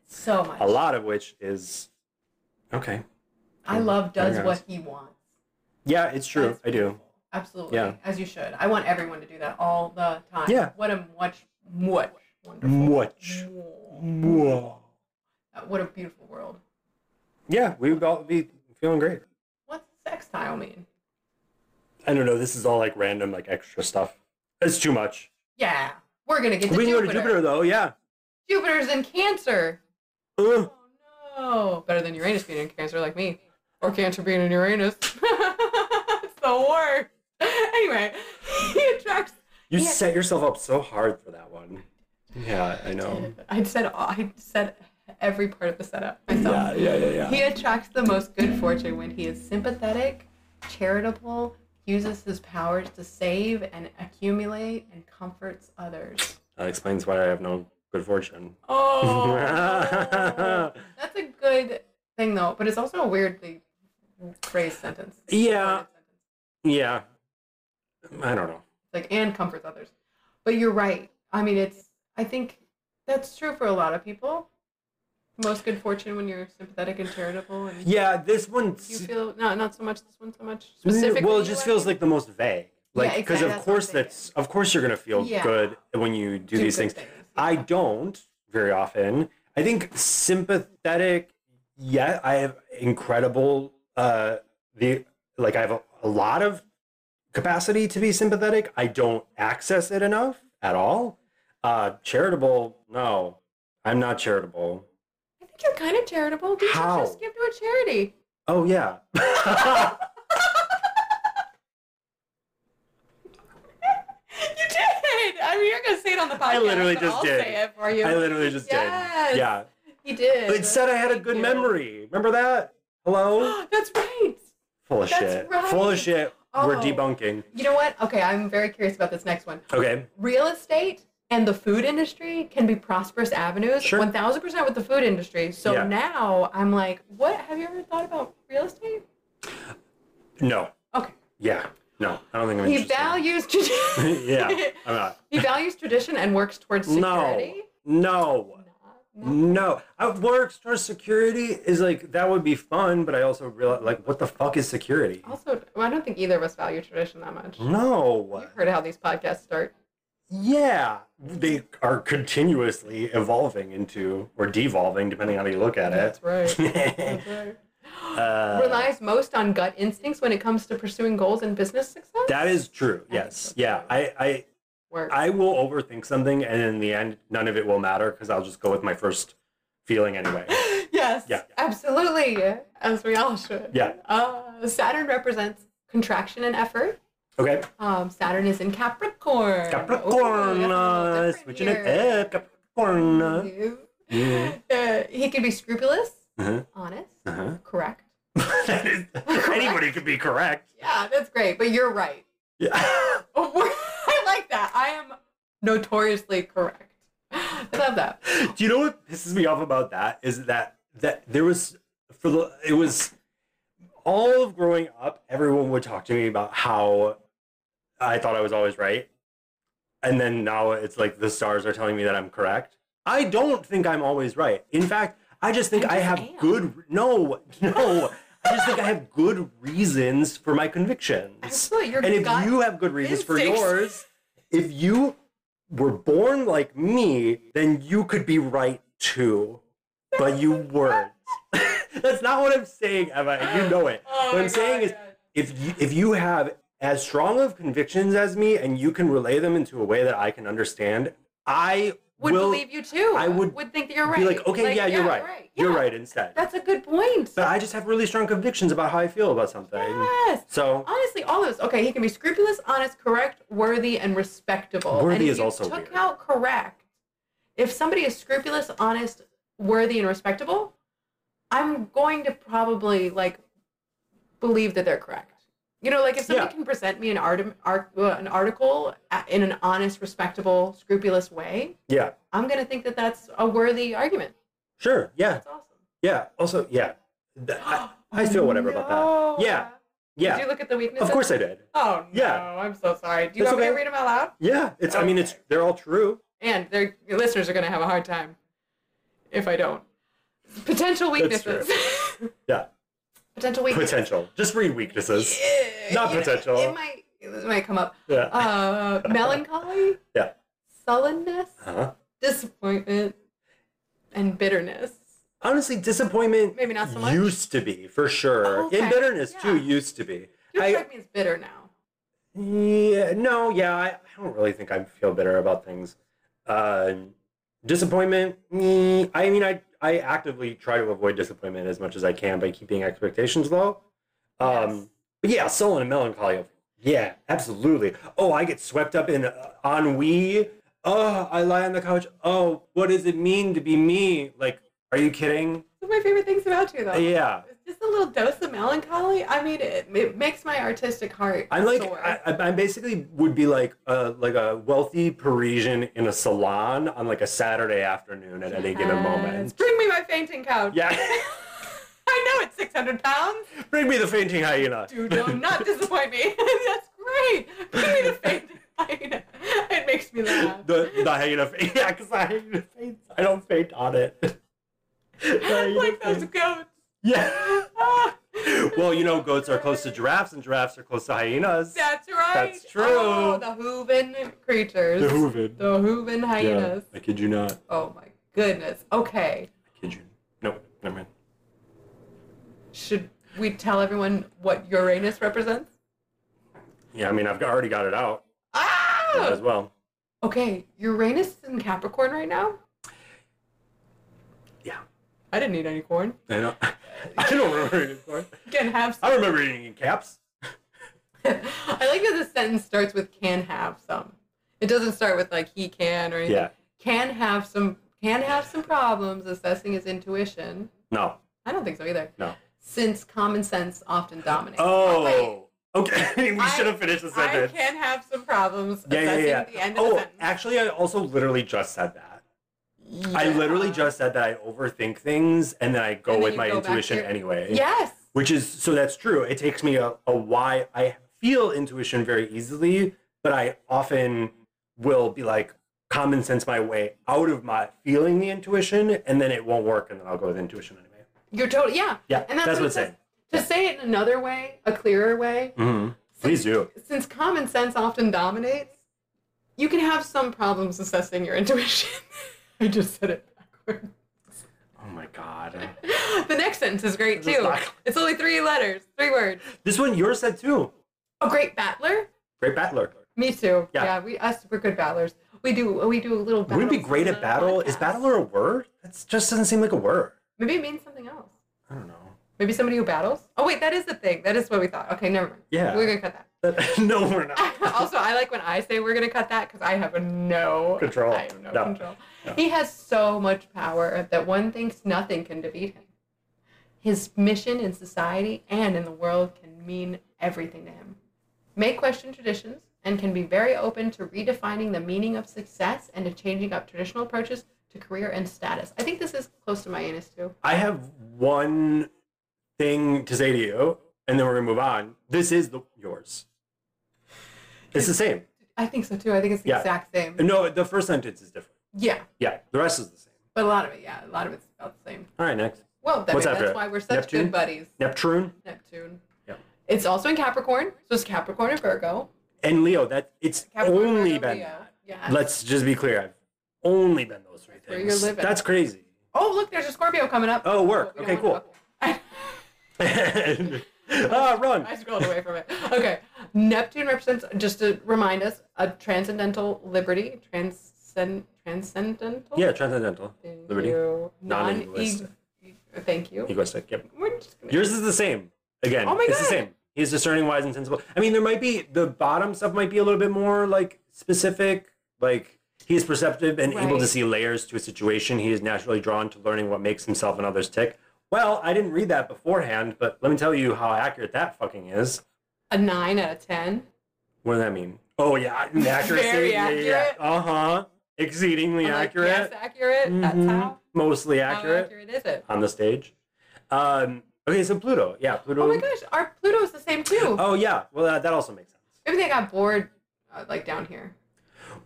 so much.
A lot of which is okay.
I love does
Very
what he wants.
Yeah, it's true.
That's
I do.
beautiful. Absolutely.
Yeah.
As you should. I want everyone to do that all the time.
Yeah.
What a much, much wonderful.
Much.
Mwah.
Whoa.
Uh, What a beautiful world.
Yeah, we would all be feeling great.
What's sextile mean?
I don't know. This is all like random, like extra stuff. It's too much.
Yeah. We're gonna get to
we can
Jupiter.
go to Jupiter though. Yeah.
Jupiter's in Cancer.
Uh,
Oh no. Better than Uranus being in Cancer, like me, or Cancer being in Uranus. it's the worst. Anyway, he attracts.
you
Yeah.
set yourself up so hard for that one. Yeah, I know.
I said I said every part of the setup myself.
Yeah, yeah, yeah, yeah.
He attracts the most good fortune when he is sympathetic, charitable, uses his powers to save and accumulate, and comforts others.
That explains why I have no good fortune.
Oh, that's a good thing though, but it's also a weirdly phrased sentence.
Yeah. yeah. I don't know.
like and comforts others. But you're right. I mean, it's. I think that's true for a lot of people. Most good fortune when you're sympathetic and charitable, and
Yeah, this one.
you feel no, not so much this one, so much specifically.
Mm, Well,
you
it just
know what I
feels like the most vague.
Yeah,
Like, because
exactly,
of
that's what I'm
course
thinking.
that's of course you're gonna feel
Yeah.
good when you do,
Do
these
good
things. I
yeah.
don't very often. I think sympathetic. Yeah, I have incredible. Uh, the like I have a, a lot of capacity to be sympathetic. I don't access it enough at all. Uh, charitable? No, I'm not charitable.
I think you're kind of charitable. You
How?
should just give to a charity.
Oh yeah.
You did. I mean, you're gonna say it on the podcast.
I literally
but
just
I'll
did.
say it for you.
I literally just
Yes.
did. Yeah.
he did.
It said I had a
Thank
good
you.
memory. Remember that? Hello?
that's right.
Full of
That's
shit.
right.
Full of shit. We're
Oh.
debunking.
You know what? Okay, I'm very curious about this next one.
Okay.
real estate and the food industry can be prosperous avenues.
Sure.
1000% with the food industry. So
Yeah.
now I'm like, what? Have you ever thought about real estate?
No.
Okay.
Yeah. No. I don't think I'm
He
interested.
values tradition.
yeah. I'm not.
he values tradition and works towards
No. Mm.
security.
No. No. I, work store security is like that would be fun, but I also realize like what the fuck is security?
Also, well, I don't think either of us value tradition that much.
No.
You've heard how these podcasts start.
Yeah. They are continuously evolving into or devolving, depending on how you look at
That's right.
it.
That's right.
Uh,
Relies most on gut instincts when it comes to pursuing goals and business success.
That is true.
I think
Yes.
so,
Yeah.
too.
I, I
Work.
I will overthink something, and in the end, none of it will matter because I'll just go with my first feeling anyway.
Yes,
Yeah.
absolutely, as we all should.
Yeah.
Uh, Saturn represents contraction and effort.
Okay.
Um, Saturn is in Capricorn.
Capricorn,
Ooh, that's a little
uh,
different
switching it
here.
up. Capricorn. uh.
Yeah. Uh, he can be scrupulous,
Uh-huh.
honest,
Uh-huh.
correct.
That is- Anybody could be correct.
Yeah, that's great, but you're right.
Yeah.
Oh, we're- I like that. I am notoriously correct. I love that.
Do you know what pisses me off about that is that that there was for the it was all of growing up, everyone would talk to me about how I thought I was always right, and then now it's like the stars are telling me that I'm correct. I don't think I'm always right. In fact, I just think
I
I,
just
have
am.
good no no. I just think I have good reasons for my convictions.
Absolutely, your
And if
gut
you have good reasons for
instincts.
yours, if you were born like me, then you could be right too. But you weren't. That's not what I'm saying, Emma. and You know it.
Oh
what
my
I'm saying
God,
is if you, if you have as strong of convictions as me and you can relay them into a way that I can understand, I
Would
will
believe you too.
I would
would think that you're right.
be like, okay, yeah, you're right. You're
Yeah,
right instead.
That's a good point.
but I just have really strong convictions about how I feel about something.
Yes.
So
Honestly, all those. Okay, he can be scrupulous, honest, correct, worthy, and respectable.
Worthy
and if
is
you
also
took
weird.
out correct. If somebody is scrupulous, honest, worthy, and respectable, I'm going to probably like believe that they're correct. You know, like if somebody
Yeah.
can present me an art, art uh, an article a- in an honest, respectable, scrupulous way,
Yeah.
I'm gonna think that that's a worthy argument.
Sure. Yeah.
That's awesome.
Yeah. Also, yeah. Th- I, I feel whatever about that.
No.
Yeah. Yeah.
Did you look at the weaknesses?
Of course I did.
Oh no,
Yeah.
I'm so sorry. Do you
That's
want me
okay.
to read them out loud?
Yeah. It's. I mean, it's. They're all true.
And their your listeners are gonna have a hard time if I don't. Potential
That's true.
weaknesses.
Yeah.
Potential weaknesses.
Potential. Just read weaknesses.
Yeah,
Not
you know,
potential.
It might it might come up.
Yeah.
Uh, melancholy.
Yeah.
Sullenness,
Uh-huh.
disappointment, and bitterness.
Honestly, disappointment
Maybe not so much.
used to be for sure.
Oh, okay.
And bitterness too
Yeah.
used to be.
You
I,
strike me as bitter now.
Yeah, no, yeah, I, I don't really think I feel bitter about things. Uh, disappointment. mm, I mean, I I actively try to avoid disappointment as much as I can by keeping expectations low. Um,
Yes.
But yeah, sullen and melancholy. Yeah, absolutely. Oh, I get swept up in uh, ennui. Oh, I lie on the couch. Oh, what does it mean to be me? Like, are you kidding?
It's one of my favorite things about you, though.
Yeah.
It's Just a little dose of melancholy. I mean, it, it makes my artistic heart.
I'm like
sore.
I, I I basically would be like a like a wealthy Parisian in a salon on like a Saturday afternoon at any given
Yes.
moment.
Bring me my fainting couch.
Yeah,
I know it's 600 pounds.
bring me the fainting hyena.
Do do not disappoint me. That's great. Bring me the fainting hyena. It makes me laugh.
The the hyena. fa- Yeah, because I hyena faints. I don't faint on it. The hyena
like those
faints.
goats.
Yeah.
Ah,
Well, you know, goats are close to giraffes, and giraffes are close to hyenas.
that's right.
That's true.
Oh, the hooven creatures.
the hooven.
The hooven hyenas.
I kid you not.
Oh my goodness. Okay.
I kid you. Nope. Never mind.
Should we tell everyone what Uranus represents?
Yeah, I mean, I've already got it out
Ah!
as well.
Okay, Uranus is in Capricorn right now.
Yeah.
I didn't eat any corn.
I know. I don't remember it anymore.
Can have. Some.
I remember eating in caps.
I like that the sentence starts with "can have some." It doesn't start with like he can or anything.
Yeah.
Can have some. Can have some problems assessing his intuition.
No.
I don't think so either.
No.
Since common sense often dominates.
Oh. Okay. we
I-
should have finished the
I
sentence.
can have some problems
Yeah, yeah,
assessing
yeah.
the end of the
Oh,
sentence.
actually, I also literally just said that. I
Yeah.
literally just said that I overthink things and then I go
And then
with
you
my
go back to
intuition
your-
anyway.
Yes.
Which is so that's true. It takes me a, a why I feel intuition very easily, but I often will be like common sense my way out of my feeling the intuition and then it won't work and then I'll go with intuition anyway.
You're totally yeah.
Yeah.
And that's what
what
it
it's saying.
To say it in another way, a clearer way,
Mhm. Please do.
since common sense often dominates, you can have some problems assessing your intuition. I just said it backwards.
Oh my god.
The next sentence is great
This is
too.
not-
It's only three letters, three words.
This one yours said too.
A great battler?
Great battler.
Me too.
Yeah.
we us we're good battlers. We do we do a little battle.
Wouldn't it be great at battle? Is battler a word? That just doesn't seem like a word.
Maybe it means something else.
I don't know.
Maybe somebody who battles? Oh wait, that is the thing. That is what we thought. Okay, never mind.
Yeah.
We're gonna cut that.
That- no, we're not.
also, I like when I say we're gonna cut that because I have no
Control.
I have no,
No.
control.
No.
He has so much power that one thinks nothing can defeat him. His mission in society and in the world can mean everything to him. May question traditions and can be very open to redefining the meaning of success and to changing up traditional approaches to career and status. I think this is close to my anus too.
I have one thing to say to you, and then we're gonna move on. This is the yours. It's the same.
I think so too. I think it's the
Yeah.
exact same.
No, the first sentence is different.
Yeah,
Yeah, the rest is the same.
but a lot of it, yeah, a lot of it's about the same.
All right, next.
Well, that,
What's
that's
after it?
why we're such
Neptune?
good buddies.
Neptune
Neptune.
Yeah.
It's also in Capricorn, so it's Capricorn and Virgo.
and Leo. That it's
Capricorn,
only
Virgo,
been.
Leo.
that.
Yeah.
Let's just be clear. I've only been those three
where you're
things.
living.
That's crazy.
oh, look, there's a Scorpio coming up.
Oh, work.
Well, we
Okay,
don't want to talk-
ah, run.
I scrolled away from it. Okay. Neptune represents, just to remind us, a transcendental liberty. Transcend, transcendental?
Yeah, transcendental.
Thank
Liberty.
you. Non
Non-egoistic.
Thank you.
Egoistic. Yep.
We're just gonna-
Yours is the same. Again,
Oh my
it's the
God.
same. He's discerning, wise, and sensible. I mean, there might be the bottom stuff might be a little bit more like specific. Like he is perceptive and able to
Right.
see layers to a situation. He is naturally drawn to learning what makes himself and others tick. Well, I didn't read that beforehand, but let me tell you how accurate that fucking is.
a nine out of ten.
What does that mean? Oh yeah, accuracy.
Very
yeah, yeah,
accurate.
Uh huh. Exceedingly
I'm like,
accurate.
yes, accurate. That's
Mhm.
how.
Mostly
How
accurate
accurate is it?
on the stage. Um, okay, so Pluto. Yeah, Pluto.
Oh my gosh, our Pluto's the same too.
Oh, yeah. Well, that, that also makes sense.
Maybe they got bored, uh, like down here.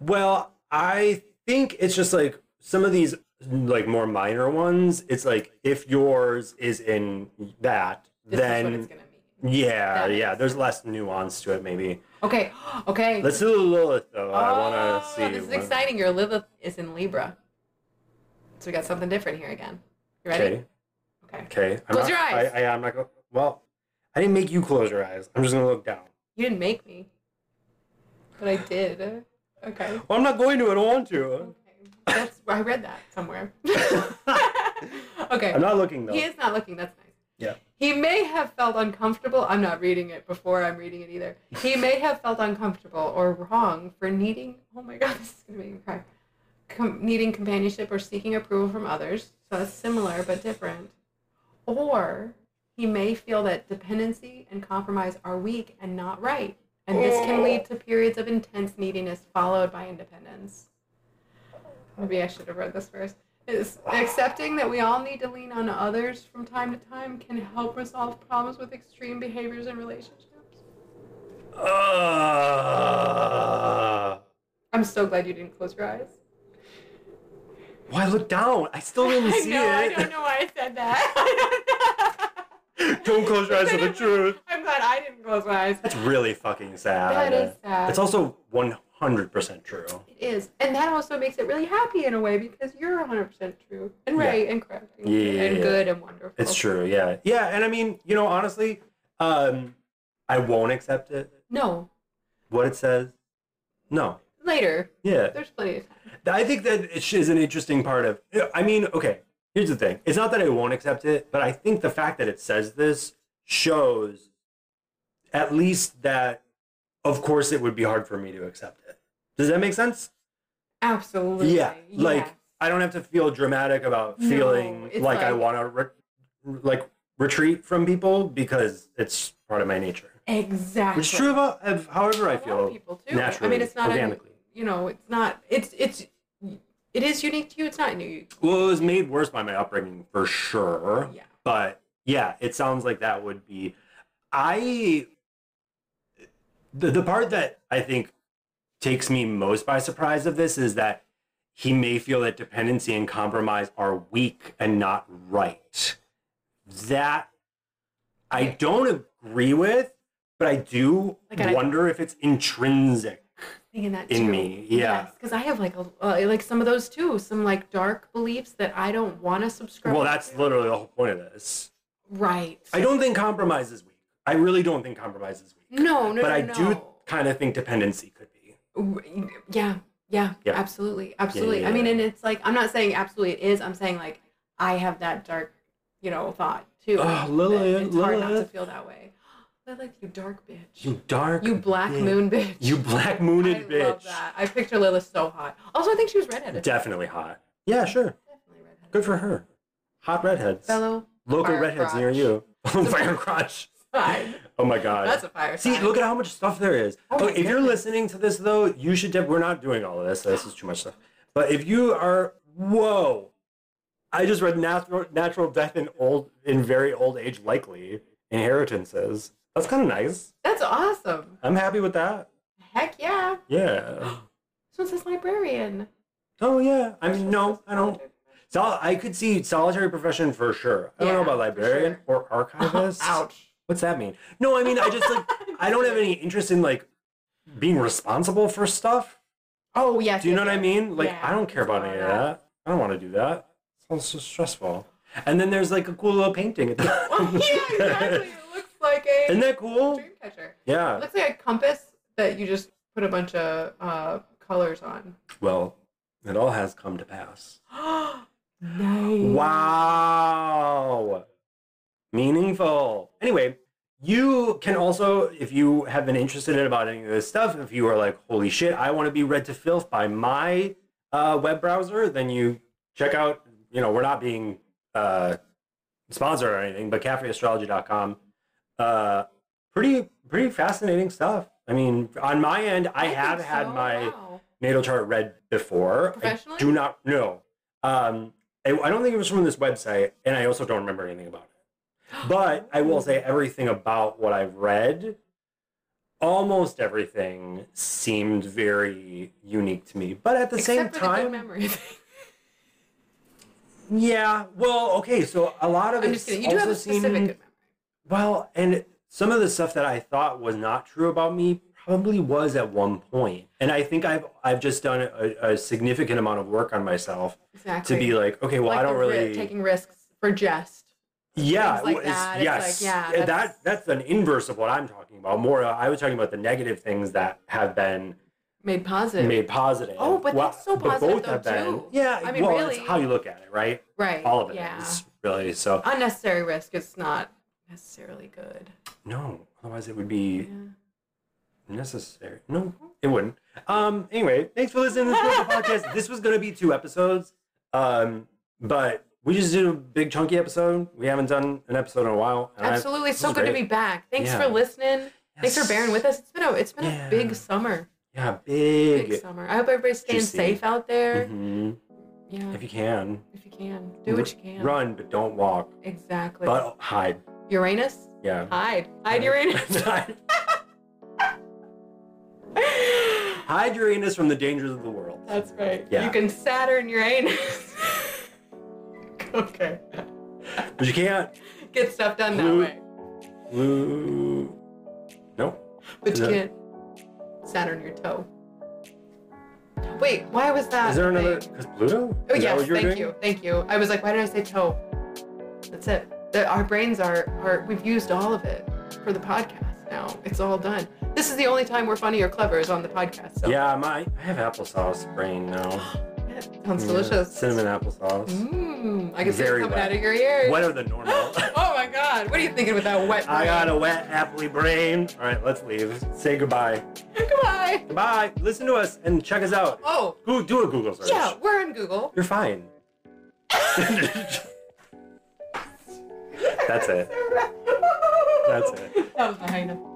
Well, I think it's just like some of these like more minor ones. It's like if yours is in that,
This is
then
what it's gonna mean.
yeah,
That
yeah.
is.
There's less nuance to it, maybe.
Okay, okay.
Let's do Lilith though. I want to
Oh,
see.
This is
what-
exciting. Your Lilith is in Libra, so we got something different here again. You ready?
Okay.
Okay.
Okay. I'm
Close
not-
your eyes.
I, I, I'm not. Go- well, I didn't make you close your eyes. I'm just gonna look down.
You didn't make me, but I did. Okay.
Well, I'm not going to. I don't want to.
Okay. That's I read that somewhere. okay.
I'm not looking though.
He is not looking. That's nice.
Yeah.
He may have felt uncomfortable. I'm not reading it before I'm reading it either. He may have felt uncomfortable or wrong for needing. Oh my God, this is gonna make me cry. Com- needing companionship or seeking approval from others. So that's similar but different. Or he may feel that dependency and compromise are weak and not right. And this can lead to periods of intense neediness followed by independence. Maybe I should have read this first. Is accepting that we all need to lean on others from time to time can help resolve problems with extreme behaviors and relationships.
Uh,
I'm so glad you didn't close your eyes.
well, I looked down. I still didn't
I
see
know, I
it.
don't know why I said that. I don't know.
Don't close your eyes
Because I
to the
didn't-
truth.
I'm glad I didn't close my eyes.
That's really fucking sad.
That is sad.
It's also 100% true.
It is. And that also makes it really happy in a way because you're 100% true and
Yeah.
right and correct and,
Yeah, yeah,
and
yeah.
good and wonderful.
It's true, yeah. Yeah, and I mean, you know, honestly, um, I won't accept it.
No,
What it says, no.
later.
Yeah.
There's plenty of time.
I think that it is an interesting part of. I mean, okay, here's the thing. It's not that I won't accept it, but I think the fact that it says this shows at least that, of course, it would be hard for me to accept it. Does that make sense?
Absolutely.
Yeah. Like,
yes.
I don't have to feel dramatic about
No,
feeling
it's
like, I
like-
want to re- like retreat from people because it's part of my nature.
Exactly.
Which is true about of however I
A lot of
feel.
people too. I
naturally,
mean, it's not an-
organically.
you know, it's not. It's it's it is unique to you. It's not new.
Well, it was made worse by my upbringing for sure.
Yeah.
but yeah it sounds like that would be i the, the part that i think takes me most by surprise of this is that he may feel that dependency and compromise are weak and not right that i
Okay.
don't agree with but i do
Like, I-
wonder if it's intrinsic
Thinking that
in
too.
me yeah
Because I have like a uh, like some of those too. Some like dark beliefs that I don't want to subscribe.
well that's
to.
literally the whole point of this
right.
i don't think compromise is weak i really don't think compromise is weak
no, no,
but
no,
I
no.
do kind of think dependency could be.
W- Yeah, yeah,
Yeah.
absolutely, absolutely.
yeah,
I mean,
yeah.
and it's like I'm not saying absolutely it is. I'm saying like I have that dark, you know, thought too.
Oh,
that
Lilith,
it's hard not to
Lilith.
feel that way. Lilith, you dark bitch.
You dark.
You black
bitch.
moon bitch.
You black
I
mooned
love
bitch.
that. I picture Lilith so hot. Also, I think she was redheaded.
Definitely hot. Yeah, sure.
Definitely redheaded.
Good for her. Hot redheads.
Fellow.
Local
fire
redheads near
crotch.
you. Oh, fire crotch.
Fine.
Oh my god.
That's a fire.
See,
sign.
look at how much stuff there is.
Oh
Oh,
my
if you're
goodness.
listening to this though, you should. def- we're not doing all of this. so This is too much stuff. But if you are, whoa! I just read natural natural death in old in very old age likely inheritances. That's kind of nice.
That's awesome.
I'm happy with that.
Heck yeah.
Yeah.
This one says librarian.
Oh yeah. I mean, no, I don't. Sol- I could see solitary profession for sure. I don't know
Yeah,
about
for
librarian
sure.
or archivist.
Ouch.
What's that mean? No, I mean, I just like I don't have any interest in like being responsible for stuff.
Oh yes.
Do you know
yes,
what I
yes.
mean? Like
Yeah,
I don't care
it's
about
all
any of that. I don't want to do that. Sounds so stressful. And then there's like a cool little painting at the.
Oh, yeah, exactly. It looks like a
Isn't that cool?
dream catcher. It
Yeah.
looks like a compass that you just put a bunch of uh, colors on.
Well, it all has come to pass.
nice.
Wow. Meaningful. Anyway, you can also, if you have been interested in about any of this stuff, if you are like, holy shit, I want to be read to filth by my uh, web browser, then you check out, you know, we're not being uh, sponsored or anything, but cafeastrology.com uh, pretty pretty fascinating stuff. I mean, on my end, I,
think
have had
so.
my
Wow.
natal chart read before.
Professionally?
I do not know. Um, I, I don't think it was from this website, and I also don't remember anything about it. But I will say everything about what I read, almost everything seemed very unique to me. But at the
Except for The
same
good
time,
memory thing.
yeah. Well, okay. So a lot of
I'm
it
just kidding. You do have a
also
specific good
seemed-
memory.
Well, and some of the stuff that I thought was not true about me probably was at one point. And I think I've I've just done a, a significant amount of work on myself
Exactly.
to be like, okay, well,
Like
I don't
the ri-
really
taking risks for jest.
yeah,
things like
it's-
that. It's
yes,
like, yeah,
Yeah,
that's-
that that's an inverse of what I'm talking about. More, uh, I was talking about the negative things that have been
Made positive.
made positive.
Oh, but
Well,
that's so
but
positive
both have
though,
been,
too.
Yeah,
I mean,
well,
really.
it's how you look at it, right?
Right.
All of it is
Yeah.
really. So
Unnecessary risk is not necessarily good.
no, otherwise it would be
Mm-hmm.
necessary. No, it wouldn't. Um. Anyway, thanks for listening to this Rosa podcast. This was going to be two episodes. Um. But we just did a big chunky episode. We haven't done an episode in a while. and I-
Absolutely. It's
this
so
was
good to
great.
be back. Thanks
Yeah.
for listening. Thanks for
Yes.
bearing with us. It's been a it's been a
Yeah.
big summer.
Yeah,
Big Mm-hmm.
big.
summer. I hope everybody's staying
Juicy.
safe out there.
Mhm.
Yeah.
If you can,
If you can. Do what you can.
Run, but don't walk.
Exactly.
But hide.
Uranus?
Yeah.
Hide. Hide Uranus.
hide. Hide Uranus from the dangers of the world.
That's right.
Yeah.
You can Saturn Uranus. okay.
But you can't.
Get stuff done that
Lu-
way.
Lu- No.
But you
Is
can't Saturn your toe. Wait, why was that?
Is there
a
another?
thing?
Because Pluto?
Oh
Is that
yes,
what you were
thank
doing?
you, thank you. I was like, why did I say toe? That's it. The, our brains are are we've used all of it for the podcast now. It's all done. This is the only time we're funny or clever is on the podcast. So
Yeah, my I have applesauce brain now.
Yeah, sounds
Yeah,
delicious.
Cinnamon applesauce.
Mmm, I can see it
Very
coming
wet.
out of your ears.
What are the normal?
oh my god, what are you thinking with that wet?
I got a wet apple brain. All right, let's leave. Say goodbye.
brain? Goodbye.
Goodbye. Listen to us and check us out.
Oh
Go do a Google search.
yeah, we're on Google.
You're fine. That's it. That's it.
That was behind him.